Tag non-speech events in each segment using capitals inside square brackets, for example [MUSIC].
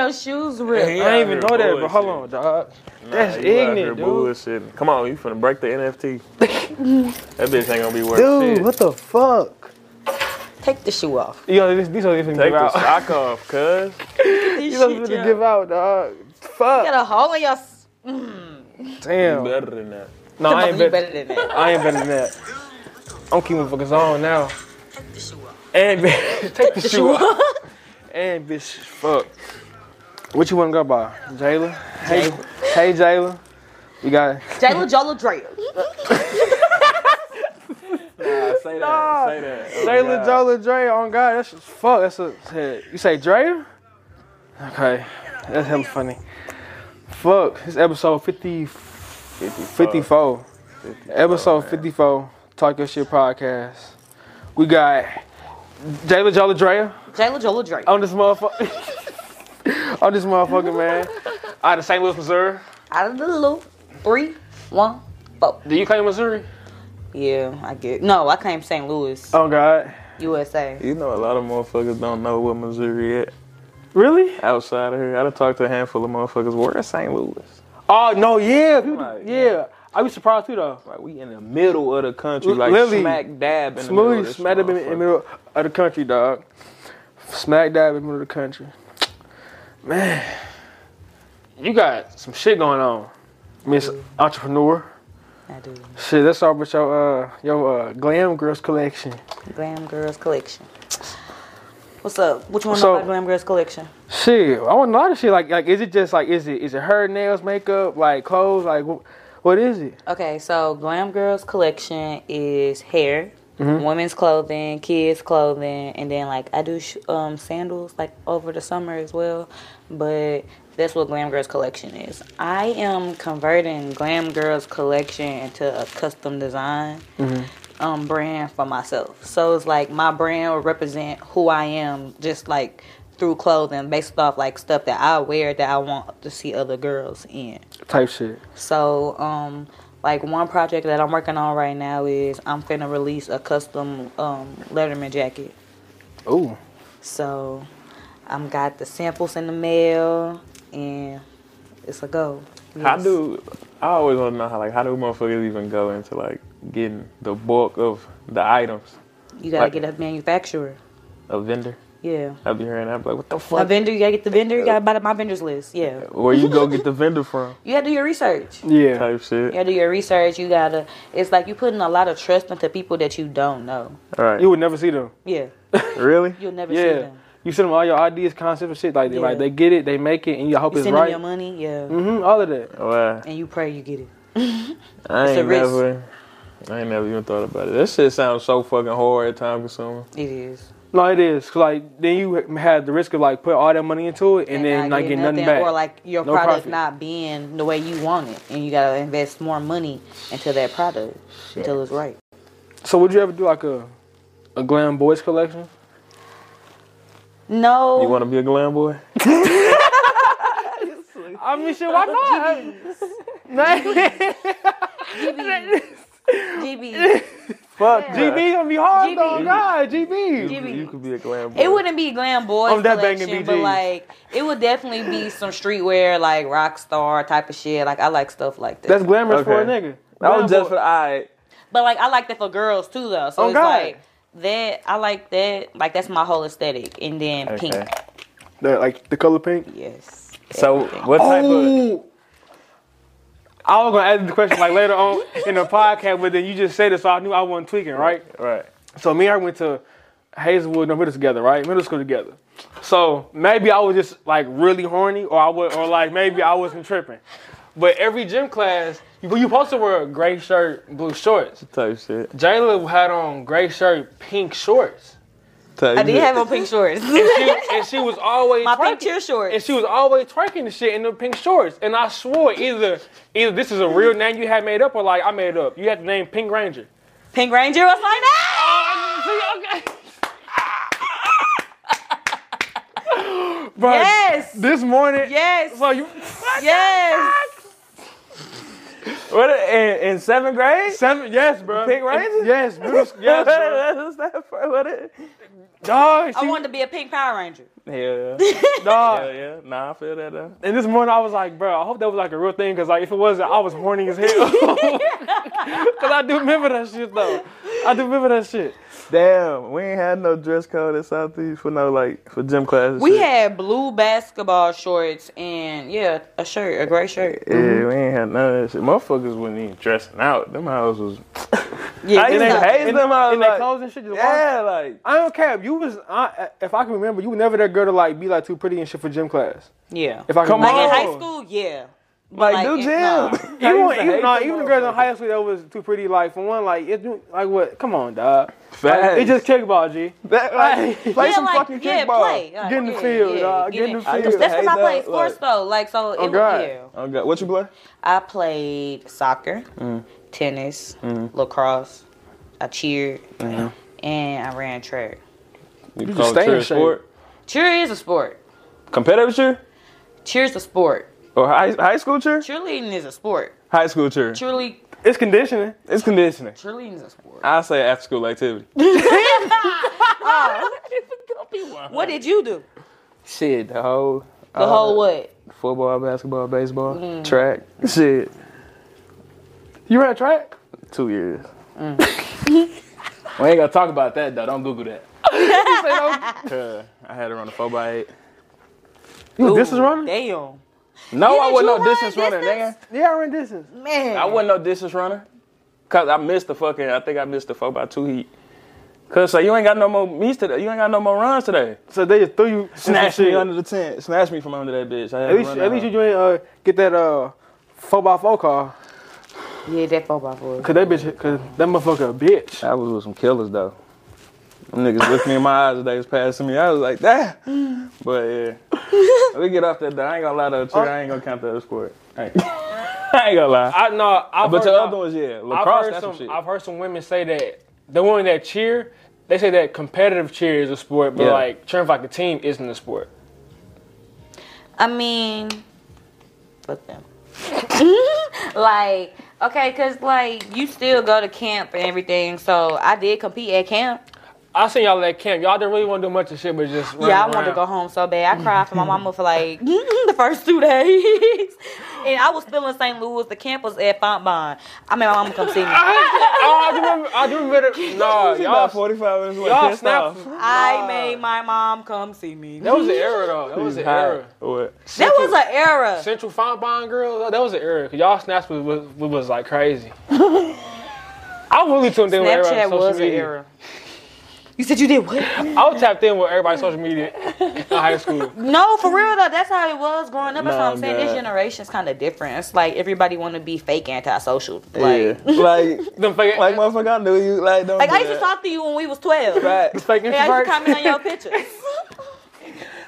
your shoes ripped. He I out didn't even here know that, but hold bullshitting. on, dog. That's you out ignorant, here dude. bullshitting. Come on, you finna break the [LAUGHS] NFT. that bitch ain't gonna be worth Dude, shit. what the fuck? Take the shoe off. You know, this, these are even Take give the out. sock off, cuz. This [LAUGHS] These shit, are even y'all. give out, dog. You Fuck. got a hole in your. s- You Damn. better than that. No, Come I on, ain't you better. better than that. I ain't better than that. I'm keeping fuckers on now. Take the shoe off. And bitch, [LAUGHS] take the shoe off. And bitch, fuck. What you wanna go by, Jayla? Hey, hey, Jayla. We got [LAUGHS] Jayla Jola Drea. Nah, say that. Say that. Oh, Jayla God. Jola Dre on God. That's just- fuck. That's a shit. you say Dre? Okay, that's hella funny. Fuck. This episode 50, 54. Episode 54. Talk Your Shit podcast. We got Jayla Jola Dre Jayla Jola Drea. on this motherfucker. [LAUGHS] on this motherfucker, man. Out of St. Louis, Missouri. Out of the loop. Three, one, four. Do you claim Missouri? Yeah, I get. No, I came St. Louis, Oh God. USA. You know, a lot of motherfuckers don't know what Missouri is Really? outside of here. I done talked to a handful of motherfuckers. Where is St. Louis? Oh no, yeah, people- Like, yeah. I be surprised too though. Like, we in the middle of the country. Like, Literally. smack dab in the middle of Smoothie this smack dab in the motherfucker. middle of the country, dog. Smack dab in the middle of the country. Man, you got some shit going on, Miss Entrepreneur. I do. Shit, that's all but your uh your uh, glam girls collection. Glam Girls Collection. What's up? What you want to So- know about Glam Girls Collection? Shit, I want a lot of shit. Like like, is it just like is it is it her nails, makeup, like clothes, like wh- what is it? Okay, so Glam Girls Collection is hair, women's clothing, kids clothing, and then like I do sh- um, sandals like over the summer as well. But that's what Glam Girls Collection is. I am converting Glam Girls Collection into a custom design um, brand for myself. So it's like my brand will represent who I am, just like through clothing, based off like stuff that I wear that I want to see other girls in. Type shit. So, um, like one project that I'm working on right now is I'm finna release a custom um, Letterman jacket. Ooh, So, I'm got the samples in the mail, and it's a go. How Yes. do I always want to know how like how do motherfuckers even go into like getting the bulk of the items? you gotta like- get a manufacturer? A vendor, Yeah, I'd be hearing that I'd be like, what the a fuck? vendor. You gotta get the vendor. You gotta buy the- my vendors list. Yeah, Where you go get the vendor from? you gotta do your research. yeah. Type shit. You gotta do your research. You gotta. It's like you putting a lot of trust into people that you don't know. All right, You would never see them. Yeah, really? you'll never see Yeah. them. You send them all your ideas, concepts, and shit. Like, they Yeah. like they get it, they make it, and you hope You it's send them right. your money. Yeah, Mm-hmm, all of that. Wow, and you pray you get it. I It's a ain't risk. never, I ain't never even thought about it. That shit sounds so fucking hard and time consuming. It is. No, it is. 'cause, like then you had the risk of like put all that money into it and, then not not get getting nothing back. Or like your No product profit. not being the way you want it, and you gotta invest more money into that product until it's right. so would you ever do like a a glam boys collection? No, You want to be a glam boy? I mean, shit, [LAUGHS] why not? Man, GB, GB. Fuck GB gonna be hard GB. though, God, [LAUGHS] GB. GB. You could be a glam boy. It wouldn't be glam boys I'm that banging collection, but BGs. like it would definitely be some streetwear, like rock star type of shit. Like I like stuff like that. That's glamorous for a Okay. nigga. That Glam was just boy. for the eye. But like I like that for girls too, though. So Oh, it's God. like that. I like that. Like that's my whole aesthetic. And then pink. Okay. The- like the color pink. Yes. So what type of? Oh. I was gonna ask the question like later on in the podcast, but then you just said it, so I knew I wasn't tweaking, right? Right. So me and her went to Hazelwood no middle together, right? Middle school together. So maybe I was just like really horny, or I would, or like maybe I wasn't tripping. But every gym class, you you supposed to wear a gray shirt, blue shorts. Type shit. Jayla had on gray shirt, pink shorts. Type I did shit. have on pink shorts. [LAUGHS] And she, and she was always My twerking. pink cheer shorts. And she was always twerking the shit in the pink shorts. And I swore either either this is a real name you had made up or like I made up. You had the name Pink [LAUGHS] Ranger. Pink Ranger was like, no! Oh, see, okay. Bro, Yes! oh, This morning. Yes! So you. Yes! What in, in seventh grade? Seven, yes, bro. Pink Ranger? Yes, middle, sch- [LAUGHS] yes, bro. That's that for what it. [LAUGHS] Dog, I she, wanted to be a pink Power Ranger. [LAUGHS] Hell yeah. dog. Hell yeah. Nah, I feel that though. And this morning I was like, bro, I hope that was like a real thing, cause like if it wasn't, I was horny as hell. [LAUGHS] cause I do remember that shit though. I do remember that shit. Damn, we ain't had no dress code at Southeast for no like for gym classes. We had blue basketball shorts and yeah, a shirt, a gray shirt. Yeah, we ain't had none of that shit. Motherfuckers wasn't even dressing out. Them hoes was. Yeah, I good used to stuff. hate And, them. I was and they like, clothes and shit. Just yeah. yeah, like I don't care. You was, I, if I can remember, you were never that girl to like be like too pretty and shit for gym class. yeah. If I can Come like remember. in on. high school, yeah. But, like, do it- gym. nah. I Even, used to even, hate nah, them even the girls in motherfuckers. high school that was too pretty, like for one, like it, do- like what? Come on, dog. Like, Facts. it's just kickball, G. [LAUGHS] That, like, play yeah, some like, fucking yeah, kickball. play. Like, Get in the yeah, field, yeah, dog. Get in the I field. used to That's hate when I that, played sports like- though. Like so, it Oh was god. yeah. Oh god, what you play? I played soccer, Mm. tennis, lacrosse. I cheered, and I ran track. You, just stay in cheer a shape. sport? Cheer is a sport. Competitive cheer Cheer's a sport. or high, high school cheer? Cheerleading is a sport. High school cheer. Cheerlead, It's conditioning. It's conditioning. cheerleading is a sport. I say after school activity. What did you do? Shit, the whole The whole what? football, basketball, baseball, Mm. track. Shit, You ran track? two years. Mm. [LAUGHS] we ain't gonna talk about that though. Don't Google [LAUGHS] that. Cause I had to run a four by eight. You was Ooh, distance running? Damn. No, I Didn't wasn't you no run distance runner, nigga. distance? Yeah, I ran distance. Man. I wasn't no distance runner. Cause I missed the fucking. I think I missed the four by two heat. Cause so you ain't got no more meets today. You ain't got no more runs today. So they just threw you. Snatch some me shit. under the tent. Snatch me from under that bitch. I had At least, at least you didn't uh, get that uh four by four car, Yeah, that four by four. cause that bitch, cause that motherfucker a bitch. I was with some killers though. Them niggas looked me in my eyes as they was passing me. I was like, that. But yeah, we get off that. Though. I ain't gonna lie though. Trigger, I ain't gonna count that as sport. I ain't, [LAUGHS] I ain't gonna lie. I know. I've But heard, the y'all- other ones, yeah, I've lacrosse. heard That's some some. shit. I've heard some women say that the women that cheer, they say that competitive cheer is a sport, but Yeah. like cheering for like a team isn't a sport. I mean, fuck them. [LAUGHS] like, okay, cause like you still go to camp and everything. So I did compete at camp. I seen y'all at camp. Y'all didn't really want to do much of shit, but just run yeah, I around. wanted to go home so bad. I cried for my mama for [LAUGHS] like the first two days, [LAUGHS] and I was still in St. Louis. The camp was at Fontbine. I mean, my mama come see [LAUGHS] me. I oh, [LAUGHS] I do remember. I do remember. [LAUGHS] that- Nah, She about y'all. forty five minutes away. Y'all pissed snapped. off. made my mom come see me. That was an era, though. That was an High. era. What? That was an era. Central Fine Bond girls, that was an era. you y'all snaps was, was, was [LAUGHS] like crazy. I really tuned in with everybody on Snapchat social was an media. era. You said you did what? I was tapped in with everybody's social media in [LAUGHS] high school. No, for real though, that's how it was growing up. That's what Nah, I'm saying. This God. generation's kind of different. It's like everybody want to be fake antisocial. Like, Yeah. like, Them fake, like motherfucker, I knew you. Like, don't. like do I used to that. talk to you when we was 12. [LAUGHS] Facts. fake And I used to introverts. comment on your pictures.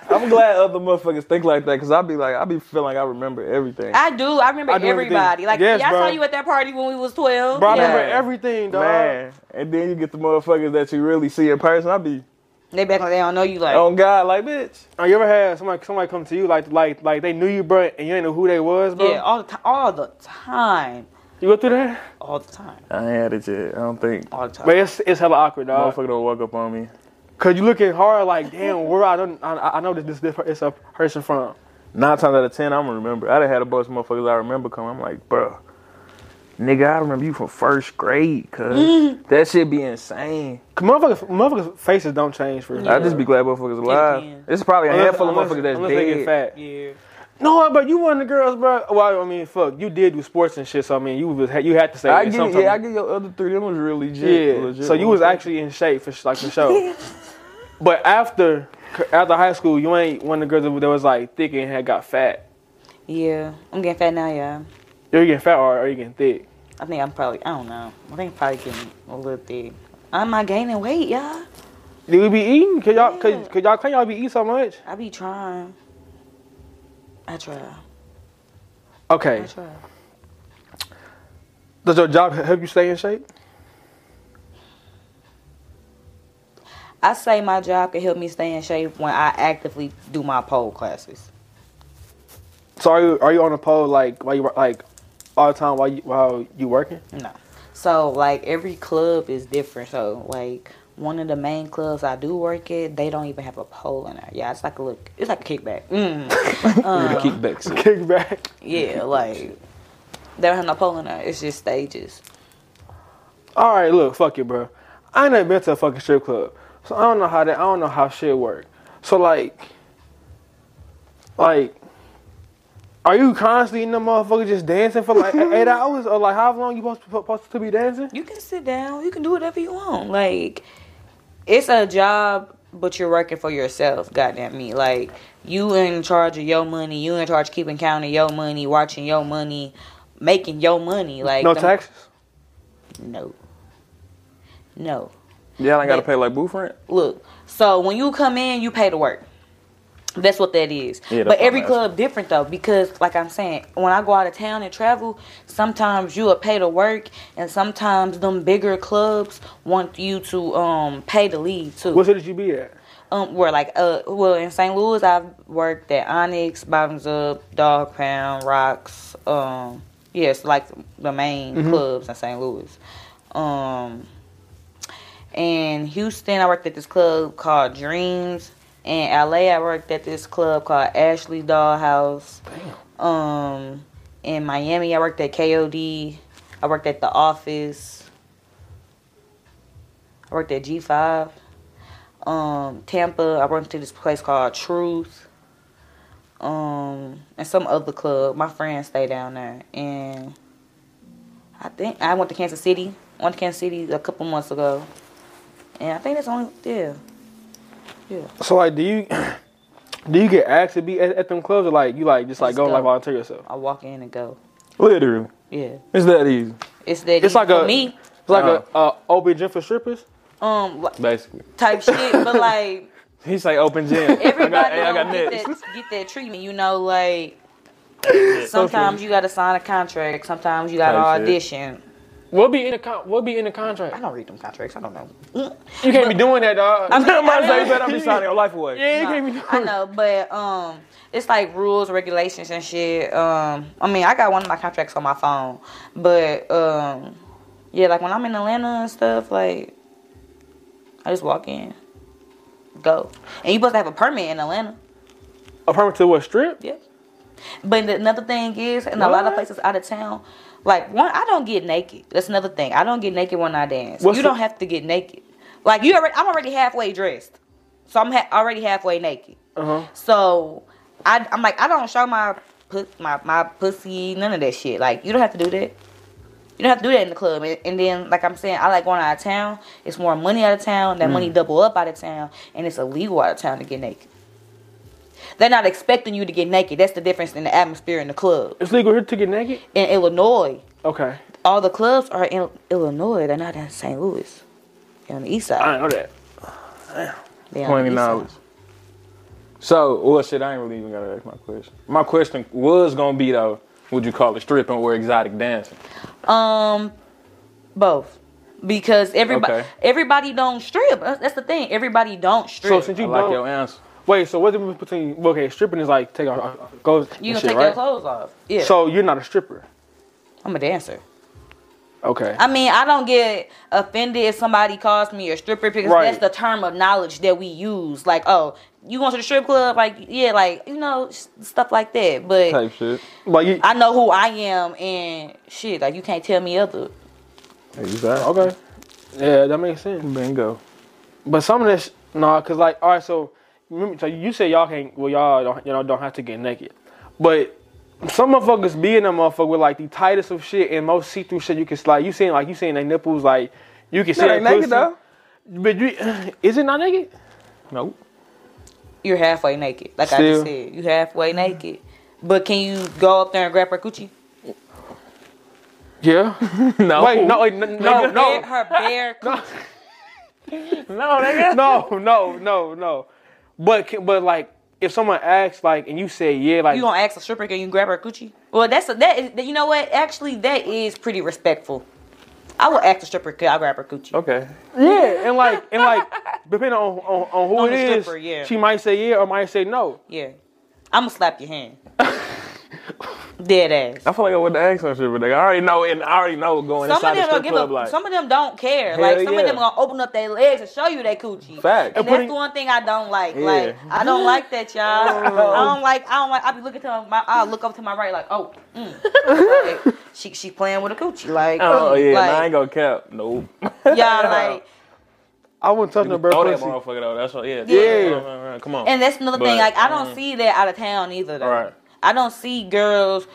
I'm glad other motherfuckers think like that because I be like, I be feeling like I remember everything. I do. I remember I do everything. everybody. Like, Yes, yeah, I bro. saw you at that party when we was 12. [LAUGHS] Bro, I yeah. remember everything, dog. Man, and then you get the motherfuckers that you really see in person. I be They back like they don't know you. Like, [LAUGHS] on God, like bitch. Oh, you ever had somebody somebody come to you like like like they knew you, bro, and you ain't know who they was, bro? yeah, all the time, all the time, You go through that, all the time, I ain't had it yet. I don't think all the time. but it's it's hella awkward, dog. motherfucker don't walk up on me. Cause you looking hard, like damn, [LAUGHS] where I don't I, I know this this this it's a person from. Nine times out of ten, I'm gonna remember. I done had a bunch of motherfuckers I remember come. I'm like, bro, nigga, I remember you from first grade, [LAUGHS] cuz that shit be insane. 'Cause motherfuckers, motherfuckers faces don't change for. I just be glad motherfuckers alive. depends. It's probably a handful of motherfuckers that's unless they dead. get fat. yeah, No, but you one of the girls, bro. Well, I mean, fuck, you did do sports and shit, so I mean, you was you had to say I it get, sometime. yeah, I get your other three. Them was really legit. Yeah. legit so you was motherfuckers. actually in shape for sh- like for sure. but after after high school, you ain't one of the girls that was like thick and had got fat. yeah. I'm getting fat now, yeah. You're getting fat or are you getting thick? I think I'm probably. I don't know. I think I'm probably getting a little thick. I'm not gaining weight, y'all. Do we be eating? Could y'all could, Yeah. could y'all can y'all be eating so much? I be trying. I try. I Okay. try. Does your job help you stay in shape? I say my job can help me stay in shape when I actively do my pole classes. So are you are you on a pole like while you like all the time while you while you working? No. So like every club is different. So like one of the main clubs I do work at, they don't even have a pole in there. Yeah, it's like a look. It's like a kickback. Mm. the Um, [LAUGHS] kickback shit. Kickback. yeah, like they don't have no pole in there. It's just stages. All right, look, fuck it, bro. I ain't never been to a fucking strip club, so I don't know how that. I don't know how shit work. So like, like, are you constantly in the motherfucker just dancing for like [LAUGHS] eight hours or like how long you supposed to, supposed to be dancing? You can sit down. You can do whatever you want. Like it's a job, but you're working for yourself. Goddamn me. Like you in charge of your money. You in charge of keeping count of your money, watching your money, making your money. Like No them- taxes. No. No. Yeah, I gotta But- pay like booth rent. Look, so when you come in, you pay to work. That's what that is. Yeah, that's but what I'm every asking. club different though, because like I'm saying, when I go out of town and travel, sometimes you will pay to work, and sometimes them bigger clubs want you to um pay to leave too. What city did you be at? um, where like uh, well in St. Louis, I've worked at Onyx, Bottoms Up, Dog Pound, Rocks. Um, yes, like the main Mm-hmm. clubs in St. Louis. Um, in Houston, I worked at this club called Dreams. In LA, I worked at this club called Ashley Dollhouse. Um, in Miami, I worked at KOD. I worked at the Office. I worked at G5. Um, Tampa, I worked at this place called Truth. Um, and some other club. My friends stay down there, and I think I went to Kansas City. Went to Kansas City a couple months ago. And I think that's only yeah. So like, do you [CLEARS THROAT] do you get asked to be at, at them clubs or like you like just like Just go and like go. volunteer yourself? I walk in and go. Literally, Yeah. it's that easy. It's that It's easy like for a- me. It's like Uh-huh. a, a open gym for strippers. Um like, Basically, type shit, but like he's like open gym. [LAUGHS] I got, everybody hey, I got don't get next. that, get that treatment, you know, like sometimes you gotta sign a contract, sometimes you gotta Type shit. audition. We'll be in the con- we'll be in the I contract. don't read them contracts, I don't [LAUGHS] know. You can't be doing that, dog. I mean, Might as well, I you better [LAUGHS] not be signing your life away. yeah, you No, can't be doing. I know, but um, it's like rules, regulations, and shit. Um, I mean, I got one of my contracts on my phone, but um, yeah, like when I'm in Atlanta and stuff, like I just walk in, go, and you supposed to have a permit in Atlanta. A permit to what strip? Yep. But the- another thing is, in a lot of What? places out of town, like one, I don't get naked. That's another thing. I don't get naked when I dance. What's you the- don't have to get naked. Like you already, I'm already halfway dressed, so I'm ha- already halfway naked. Uh huh. So I, I'm like, I don't show my pu- my my pussy, none of that shit. Like you don't have to do that. You don't have to do that in the club. And, and then, like I'm saying, I like going out of town. It's more money out of town. That money double up out of town, and it's illegal out of town to get naked. They're not expecting you to get naked. That's the difference in the atmosphere in the club. It's legal here to get naked. In Illinois, Okay, all the clubs are in Illinois. They're not in St. Louis. They're on the east I side. didn't know that. They're on the Twenty east side. dollars. So, well, shit, I ain't really even gotta ask my question. My question was gonna be though, would you call it stripping or exotic dancing? Um, both, because everybody Okay. everybody don't strip. That's that's the thing. Everybody don't So strip. since I you like don't- your answer. wait, so what's the difference between well, okay, stripping is like take off off- clothes. and you gonna shit, take right? your clothes off. Yeah, So you're not a stripper. I'm a dancer. Okay. I mean, I don't get offended if somebody calls me a stripper because Right. that's the term of knowledge that we use. Like, oh, you going to the strip club? Like, yeah, like you know s- stuff like that. But Type shit. Like you. I know who I am, and shit, like you can't tell me other. Exactly. okay. Yeah, that makes sense. Bingo. But some of this, nah, cause like, all right, so remember, so you say y'all can't, well, y'all don't, you know, don't have to get naked, but some motherfuckers be in a motherfucker with like the tightest of shit and most see-through shit you can slide. You seeing like you seeing their nipples, like you can see That their ain't naked pussy. though. But you, [SIGHS] is it not naked? Nope. You're halfway naked. Like I Still. just said, you halfway naked. But can you go up there and grab her coochie? Yeah. No. Wait, no, wait, no, no, her no, bare, her bare coochie. [LAUGHS] No, [LAUGHS] nigga. no, no, no, no. But can- but like, if someone asks like, and you say yeah, like, You gonna ask a stripper can you grab her coochie? Well, that's a, that is you know what? Actually, that is pretty respectful. I will ask a stripper can I grab her coochie? Okay. yeah, and like [LAUGHS] and like, depending on on, on who On it the is, stripper, yeah. she might say yeah or might say no. Yeah, I'm gonna slap your hand. [LAUGHS] Dead ass. I feel like I went to ask her shit, but like, I already know, and I already know going Some inside of the them don't strip give club. up. Like, some of them don't care. Hell Like some yeah. of them gonna open up their legs and show you their coochie. Fact. And And that's the one thing I don't like. Like I don't like that, [LAUGHS] y'all. Oh. I don't like. I don't like. I be looking to my. I look up to my right, like, oh, [LAUGHS] mm. Like, she she playing with a coochie, like, oh yeah, nah, I ain't like gonna [LAUGHS] cap. Nope. [LAUGHS] y'all like. I wouldn't touch no Throw bird that pussy. motherfucker though. That's what. Yeah. Yeah. yeah. Come on. And that's another But- mm. thing. Like I don't see that out of town either. Though. Right. I don't see girls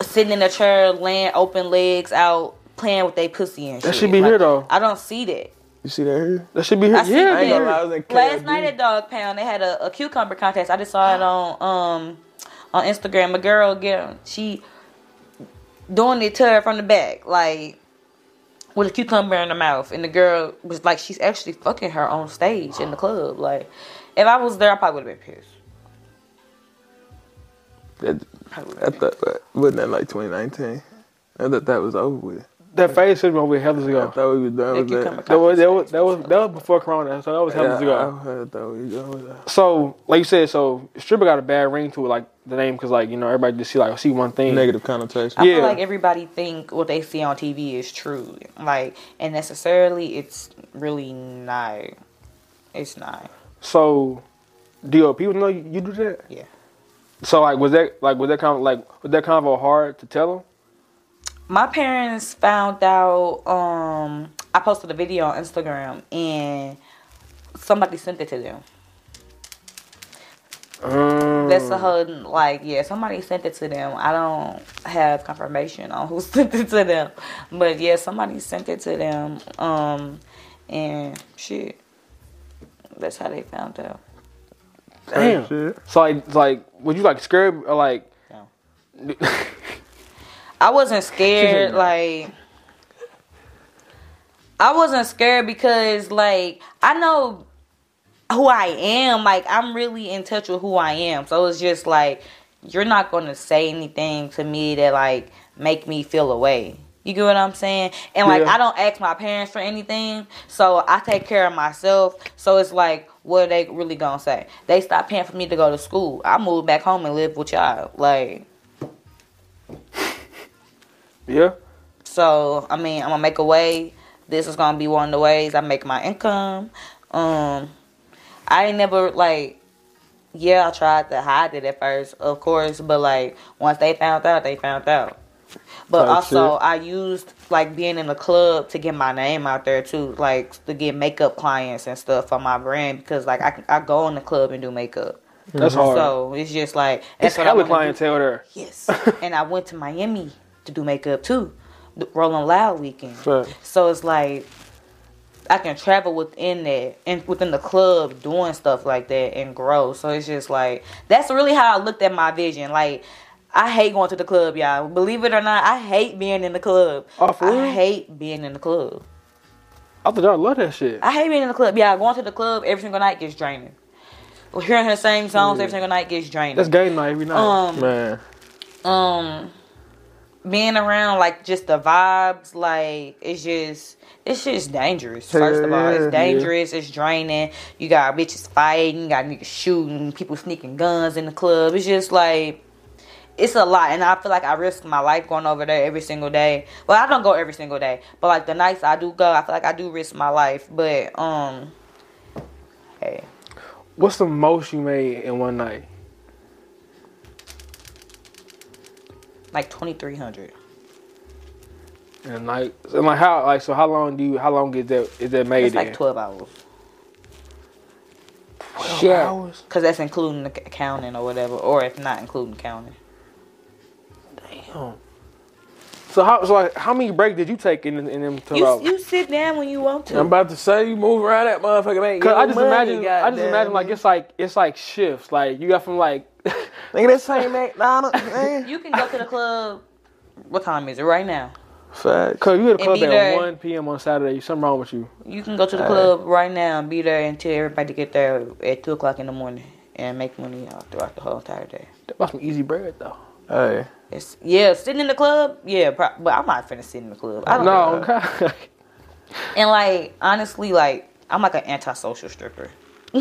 sitting in a chair, laying open legs out, playing with their pussy and shit. That should be Like, here though. I don't see that. you see that here? That should be here. I see yeah, that. be ain't gonna lie, I here. was at Last KFD. night at Dog Pound, they had a, a cucumber contest. I just saw it on um on Instagram. A girl get she doing it to her from the back, like with a cucumber in her mouth, and the girl was like, she's actually fucking her on stage in the club. Like, if I was there, I probably would have been pissed. I thought that wasn't that like 2019. I thought that was over with. That phase should be over hella I ago. thought we was done The with cucumber that. That contest. was that was that was that was before Corona, so that was hella ago. Yeah, I, I thought we was done with that. So, like you said, so stripper got a bad ring to it, like the name, because like you know everybody just see like see one thing. Negative connotation. I Yeah. feel like everybody think what they see on TV is true, like, and necessarily it's really not. It's not. So, do people know you, you do that? Yeah. So like was that like was that kind of like was that convo hard to tell them? my parents found out um I posted a video on Instagram and somebody sent it to them. Um, That's a whole like yeah, somebody sent it to them. I don't have confirmation on who [LAUGHS] sent it to them. But yeah, somebody sent it to them. Um and shit. That's how they found out. Damn. Shit. So like like was you like scared or like No. Dude. I wasn't scared. like I wasn't scared because like I know who I am. Like I'm really in touch with who I am. So it's just like you're not gonna say anything to me that like make me feel away. You get what I'm saying? And like Yeah. I don't ask my parents for anything, so I take care of myself. So it's like what are they really gonna say? They stopped paying for me to go to school. I moved back home and lived with y'all. Like [LAUGHS] yeah? So I mean, I'm gonna make a way. This is gonna be one of the ways I make my income. Um, I ain't never like, yeah, I tried to hide it at first, of course, but like once they found out, they found out. But Type also, shit. I used like being in the club to get my name out there too, like to get makeup clients and stuff for my brand because like I, I go in the club and do makeup. That's Mm-hmm. hard. So it's just like it's that's what I hella wanna do. clientele there. Yes. and I went to Miami to do makeup too, the Rolling Loud weekend. Fact. So it's like I can travel within that and within the club doing stuff like that and grow. So it's just like that's really how I looked at my vision. Like I hate going to the club, y'all. Believe it or not, I hate being in the club. Oh, for I real? hate being in the club. I thought I love that shit. I hate being in the club. Yeah, going to the club every single night gets draining. Hearing the same songs every single night gets draining. That's game night every night. Um, Man. um being around like just the vibes like it's just it's just dangerous first of all yeah. it's dangerous it's draining you got bitches fighting you got niggas shooting people sneaking guns in the club it's just like it's a lot and i feel like i risk my life going over there every single day well i don't go every single day but like the nights i do go i feel like i do risk my life but um hey What's the most you made in one night? like 2300 In a night? And like how like so how long do you how long is that is that made it's like in? 12 hours Shit. hours. Because that's including the c- counting or whatever, or if not including counting. Damn. So how so like how many break did you take in in them twelve You, hours? you sit down when you want to. I'm about to say you move around that motherfucker, man. Cause I just imagine, I just imagine like it's like it's like shifts. Like you got from like, [LAUGHS] Nigga, that same McDonald's, man. you can go to the club. What time is it right now? Facts. cause you at a club be at there. one p.m. on Saturday. Something wrong with you? You can go to the club right now and be there until everybody get there at two o'clock in the morning and make money out throughout the whole entire day. That must be easy bread though. Hey. It's yeah, sitting in the club. Yeah, pro- but I'm not finna sit in the club. I don't know. No, okay. [LAUGHS] And like honestly, like I'm like an antisocial stripper. [LAUGHS]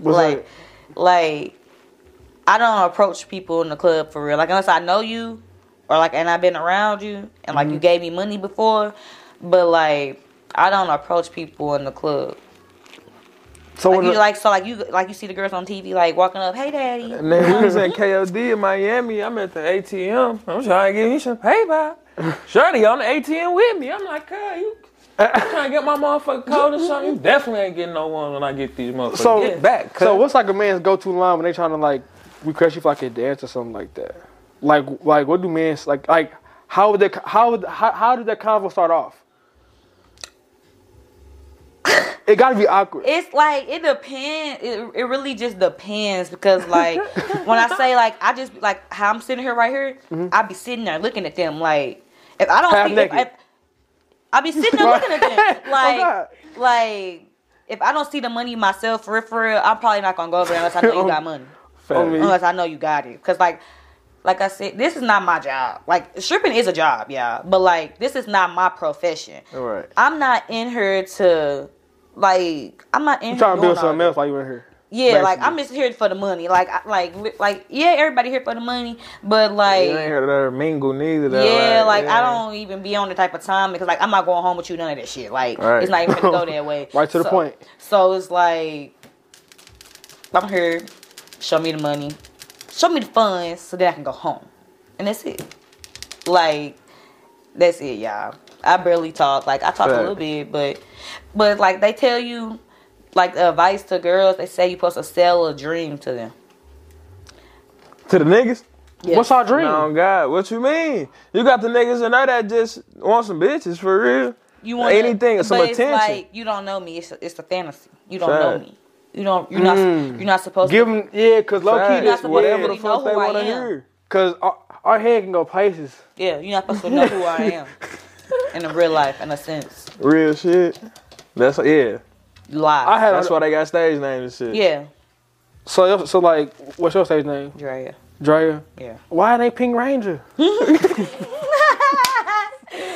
like, like I don't approach people in the club for real. Like unless I know you, or like and I've been around you and Mm-hmm. like you gave me money before, but like I don't approach people in the club. So Like when you the- like so like you like you see the girls on TV like walking up, hey daddy. and then We was in KOD in Miami. I'm at the ATM. I'm trying to get me some PayPal. Shorty on the ATM with me. I'm like, cuz, you trying to get my motherfucking code or something? You definitely ain't getting no one when I get these motherfuckers [LAUGHS] So- Get back. cuz. So what's like a man's go-to line when they trying to like request you for like a dance or something like that? Like like what do men like like how would they how would how, how did that convo start [LAUGHS] off? it gotta be awkward. It's like it depends. It, it really just depends because [LAUGHS] like when I say like I just like how I'm sitting here right here, I be sitting there looking at them like if I don't Mm-hmm. Half see if, naked. Oh, if I be sitting there looking at [LAUGHS] them God. like like if I don't see the money myself for real, for real, I'm probably not gonna go over there unless I [LAUGHS] know Oh. you got money. Only- Unless Oh, I know you got it, because like. Like I said, this is not my job. Like stripping is a job, yeah, but like this is not my profession. Right. I'm not in here to like I'm not in You here trying to doing build all something that. else while you in here? Yeah, like I'm just here for the money. Like I, like li- like yeah, everybody here for the money, but like You ain't heard of her mingle neither. though, yeah, like I yeah. don't even be on the type of time because like I'm not going home with you none of that shit. Like Right. it's not even gonna go [LAUGHS] that way. Right to the So- point. So it's like I'm here, show me the money, show me the funds so that I can go home, and that's it. Like that's it, y'all. I barely talk. Like I talk Fact. a little bit, but but like they tell you like the advice to girls. They say you supposed to sell a dream to them. To the niggas? Yes. What's our dream? No, Oh, God, what you mean? You got the niggas in there that just want some bitches for real. you want anything, some but it's attention. like you don't know me. It's a, it's a fantasy. You don't know Fact. me. You don't. You're not. You're not supposed Mm. Give to. them yeah, cause low key Fact. You're not this supposed whatever, to the really fuck know they who I wanna am. hear. cause our, our head can go places. Yeah, you're not supposed to know who I [LAUGHS] am in a real life, in a sense. Real shit. That's yeah. Live. I had That's why they got stage names and shit. yeah, so so like what's your stage name? Drea. Drea. [LAUGHS] Yeah. Why they Pink Ranger?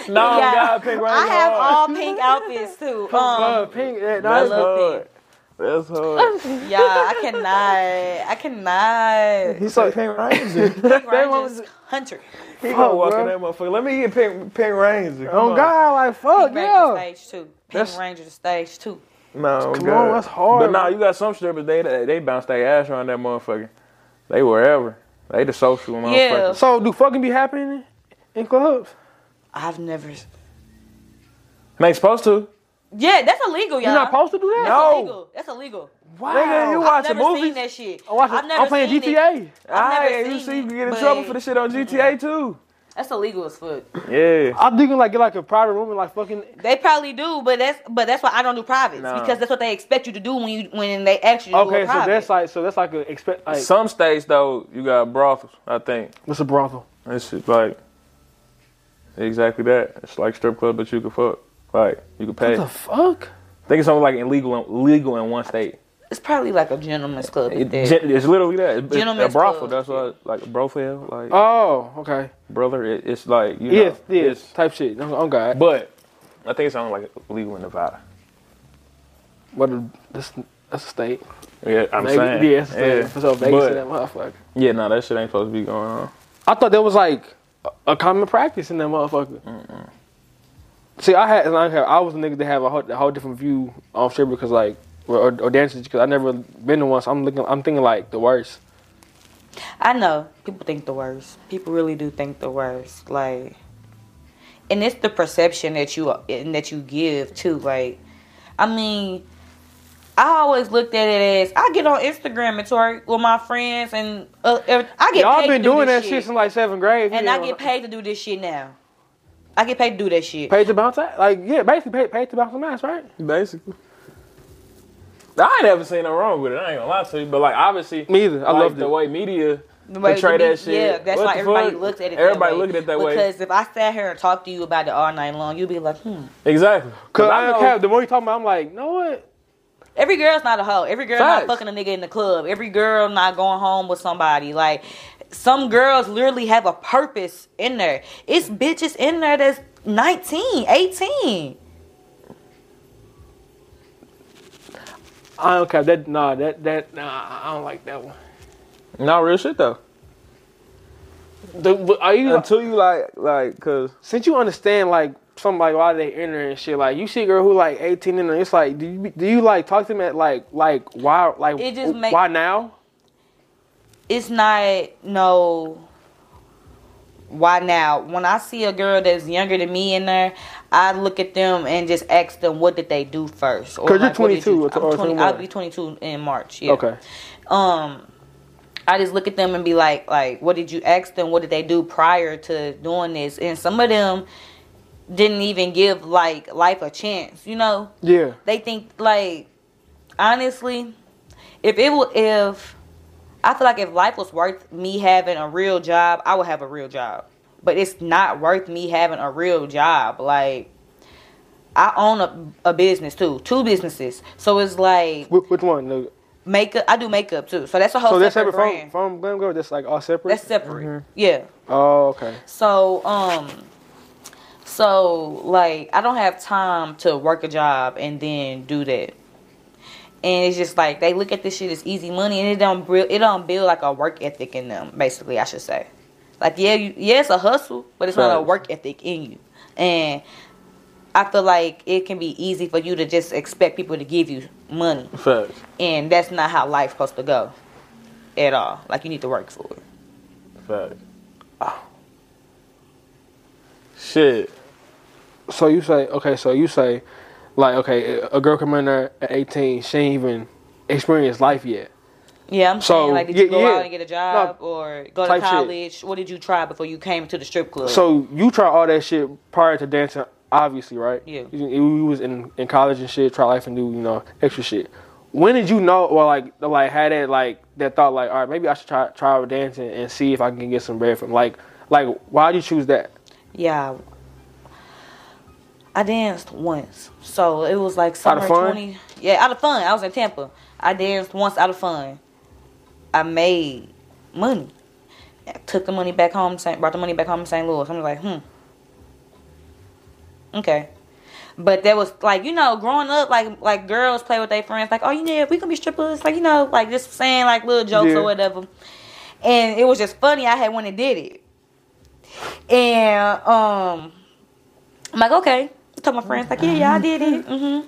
No, Yeah. God, Pink Ranger. I have hard. all pink outfits too. Um, Uh, pink. Yeah, That's that's, love hard. That's hard. yeah, I cannot. I cannot. [LAUGHS] He's like Pink [LAUGHS] Ranger. Pink that one Rangers, Hunter. he Fuck, gonna walk in bro. that motherfucker. Let me get Pink, Pink Ranger. Come oh God, like fuck Pink yeah. Ranger stage two. Pink That's- Ranger stage two. No, Come God. on, that's hard, But no, nah, man. you got some strippers. They they, they bounce their ass around that motherfucker. They wherever. They the social motherfuckers. So do fucking be happening in clubs? I've never. And They supposed to. Yeah, that's illegal, y'all. You're not supposed to do that? That's No. illegal. That's illegal. Wow. Nigga, you watch I've a never movie. seen that shit. I watch it. I've never I'm playing seen It. GTA. I've never Aye, you seen see, you it, get in but- trouble for the shit on GTA too. That's illegal as fuck. Yeah. I'm thinking like get like a private room and like fucking. They probably do, but that's but that's why I don't do privates No. because that's what they expect you to do when you when they ask you to do Okay, a so private. that's like so that's like a expect like Some states though, you got brothels. I think what's a brothel? it's like exactly that. It's like strip club, but you can fuck. Like you can pay. What the fuck? I think it's something like illegal, legal in one state. it's probably like a gentleman's club. It- there. gen- it's literally that. It's- It's a Gentlemen's brothel. club. That's what like a brothel, like Oh, okay. brother. It, it's like you know. Yes, yes, it's- type shit. Oh God. But I think it's only like legal in Nevada. What? A, that's that's a state. Yeah, I'm Maybe- saying. Yeah, that's a state. So Vegas and that but, motherfucker. yeah, no, that shit ain't supposed to be going on. I thought that was like a- a common practice in that motherfucker. See, I had, and I, had, I was a nigga that have a whole, a whole different view on stripper because like, or, or, or dancers because I never been to one. So I'm looking, I'm thinking like the worst. I know people think the worst. People really do think the worst. Like, and it's the perception that you and that you give too. Like, I mean, I always looked at it as I get on Instagram and twerk with my friends, and uh, ev- I get. Y'all paid been to do doing this that shit. since like seventh grade. and yeah. I get paid to do this shit now. I get paid to do that shit. Paid to bounce ass. Like yeah, basically paid, paid to bounce some ass, right? Basically. I ain't ever seen no wrong with it. I ain't gonna lie to you, but like obviously, Me either. I like, loved the it. way media The way portray we- that shit. Yeah, that's What why the everybody fuck? looks at it. that Everybody way. looked at it that way. Because if I sat here and talked to you about it all night long, you'd be like, hmm. Exactly. Cause I I know- cap, the more you talk about, it, I'm like, know what? Every girl's not a hoe. Every girl Facts. not fucking a nigga in the club. Every girl not going home with somebody. Like some girls literally have a purpose in there. It's bitches in there that's 19, 18. I don't care. That nah, that that nah, I don't like that one. No real shit though. The, but are you Until you like, like, cause since you understand like somebody why they enter and shit? Like you see a girl who like eighteen and it's like do you do you like talk to them at like like why like It just make- why now? it's not no why now when i see a girl that's younger than me in there i look at them and just ask them what did they do first or 'Cause you're what did 22 you- or I'm 20 i'll 21. be 22 in march yeah Okay. um I just look at them and be like, like, what did you ask them? What did they do prior to doing this? And some of them didn't even give like life a chance, you know? Yeah. they think like honestly if it will if i feel like if life was worth me having a real job i would have a real job but it's not worth me having a real job like i own a, a business too two businesses so it's like Which, which one? The, makeup i do makeup too so that's a whole so that's Oh, separate separate brand from from Glam Girl. That's like all separate. Mm-hmm. that's separate yeah Oh okay. so, um, so like I don't have time to work a job and then do that. And it's just like they look at this shit as easy money, and it don't bri- it don't build like a work ethic in them. Basically, I should say, like yeah, you, yeah, it's a hustle, but it's not a Facts. work ethic in you. And I feel like it can be easy for you to just expect people to give you money, facts, and that's not how life's supposed to go, at all. Like you need to work for it. facts. ah. Shit. So you say okay. So you say like okay, a girl come in there at eighteen. She ain't even experienced life yet. Yeah, I'm So, saying like, did you yeah, go yeah. out and get a job No, or go to type shit. college? What did you try before you came to the strip club? So you try all that shit prior to dancing, obviously, right? Yeah. You, you was in, in college and shit, try life and do you know extra shit. When did you know or like like had that like that thought like all right maybe I should try try out dancing and see if I can get some bread from like like why would you choose that? yeah, I danced once. So it was like summer fun? twenty. Yeah, out of fun. I was in Tampa. I danced once out of fun. I made money. I took the money back home. Saint- Brought the money back home to St. Louis. I'm like, hmm. Okay. But there was like you know growing up like like girls play with their friends like oh you know we gonna be strippers like you know like just saying like little jokes Yeah. or whatever, and it was just funny I had one that did it, and um I'm like okay I told my friends like yeah yeah I did it hmm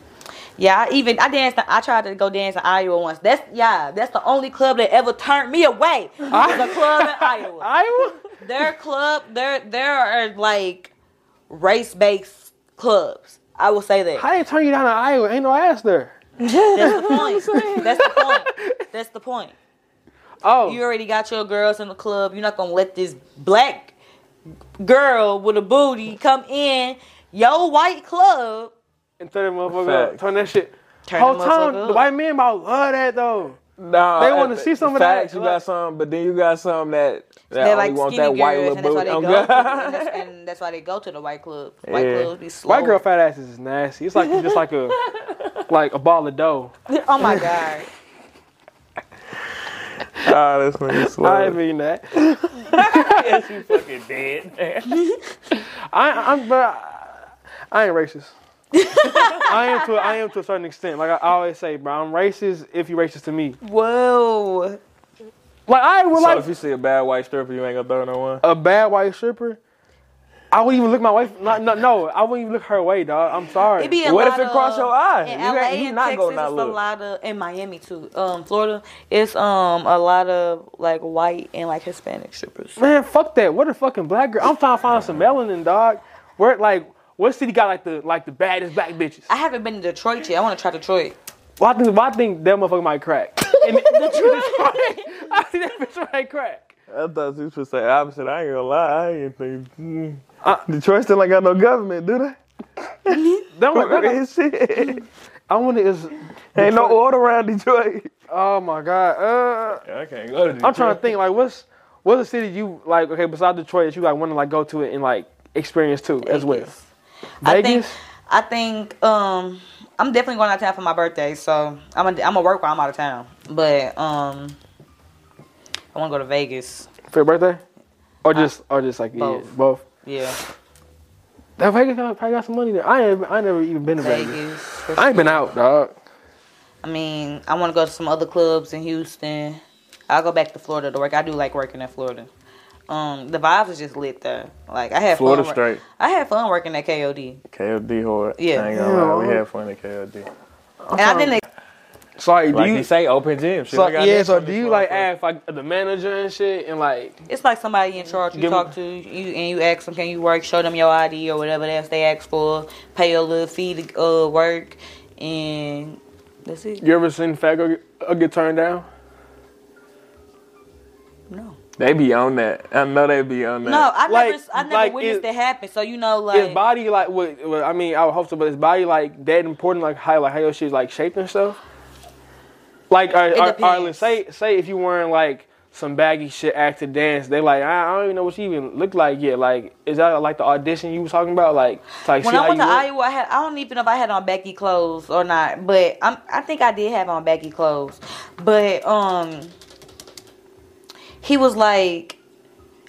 yeah I even I danced I tried to go dance in Iowa once that's yeah that's the only club that ever turned me away was a club [LAUGHS] in Iowa Iowa. their club there there are like race based clubs. I will say that. How they turn you down to Iowa? Ain't no ass there. That's the point. That's the point. That's the point. Oh, You already got your girls in the club. You're not gonna let this black girl with a booty come in your white club. and turn that motherfucker up. Facts. Turn that shit. Turn Whole the time, motherfucker the up. white men about love that though. Nah, They wanna uh, see some of facts, that, You like- got some, but then you got some that that They're only like want skinny that white girls, little and that's, why they booty. go Oh, to, [LAUGHS] and, that's, God. and that's why they go to the white clubs. White Yeah. clubs be slow. White girl fat asses is nasty. It's like just like a [LAUGHS] like a ball of dough. Oh my god. [LAUGHS] Ah, this nigga slow. I ain't mean that. yes, you fucking [LAUGHS] dead. I, I'm, but I, I [LAUGHS] ain't racist. I am to I am to a certain extent. Like I always say, bro, I'm racist if you racist to me. Whoa. Like I would so if you like see a bad white stripper, you ain't gonna throw no one. a bad white stripper. I wouldn't even look my wife. No, no, no, I wouldn't even look her way, dog. I'm sorry. It be a What lot if it cross of- your eye? In You LA ain't- you and not Texas, gonna not it's a look. lot of in Miami too. Um, Florida, it's um a lot of like white and like Hispanic strippers. Man, fuck that. What a fucking black girl. I'm trying to find some melanin, dog. Where like what city got like the like the baddest black bitches? I haven't been to Detroit yet. I want to try Detroit. Well, I think, well, I think that motherfucker might crack. [LAUGHS] And Detroit. [LAUGHS] I think that bitch might crack. I thought you should say opposite. I ain't gonna lie. I ain't think mm. Detroit still ain't got no government, do they? That one, that- Shit. [LAUGHS] I wonder is ain't no order around Detroit. [LAUGHS] Oh my god. Uh, I can't go to Detroit. I'm trying to think. Like, what's what's a city you like? Okay, besides Detroit, that you like want to like go to it and like experience too as well. Vegas. I think Vegas? I think um I'm definitely going out of town for my birthday, so I'm gonna I'm gonna work while I'm out of town. But um I want to go to Vegas. For your birthday, or just or just like both. both. both. Yeah, That Vegas got- probably got some money there. I ain't, I ain't never even been to [LAUGHS] Vegas. Vegas. for I ain't been out, dog. I mean, I want to go to some other clubs in Houston. I'll go back to Florida to work. I do like working in Florida. um the vibes was just lit there. Like I had Florida fun. wor- straight. I had fun working at KOD, KOD hard. Yeah. I ain't gonna lie. We Yeah. had fun at KOD. and I didn't. So like, do Like you, you? say, open gym. Shit, So, I got yeah. that So from do this you like motherfucker. ask like the manager and shit and like? It's like somebody in charge you Give talk to, you and you ask them, can you work? Show them your ID or whatever else they ask for. Pay a little fee to uh, work, and that's it. You ever seen Fago get, uh, get turned down? No, They be on that. I know they be on that. no, I Like- never, I never like, witnessed it- it happen. So you know, His like body like what? what- I mean, I would hope so, but his body like that important, like how like how your shit's like shaped and stuff. Like, all right, It all right, all right, depends. say say if you wearing like some baggy shit act to dance, they like I, I don't even know what she even looked like yet. Like, is that like the audition you was talking about? Like, it's like when she I went to how you look? Iowa, I had I don't even know if I had on baggy clothes or not, but I'm, I think I did have on baggy clothes. But um, he was like,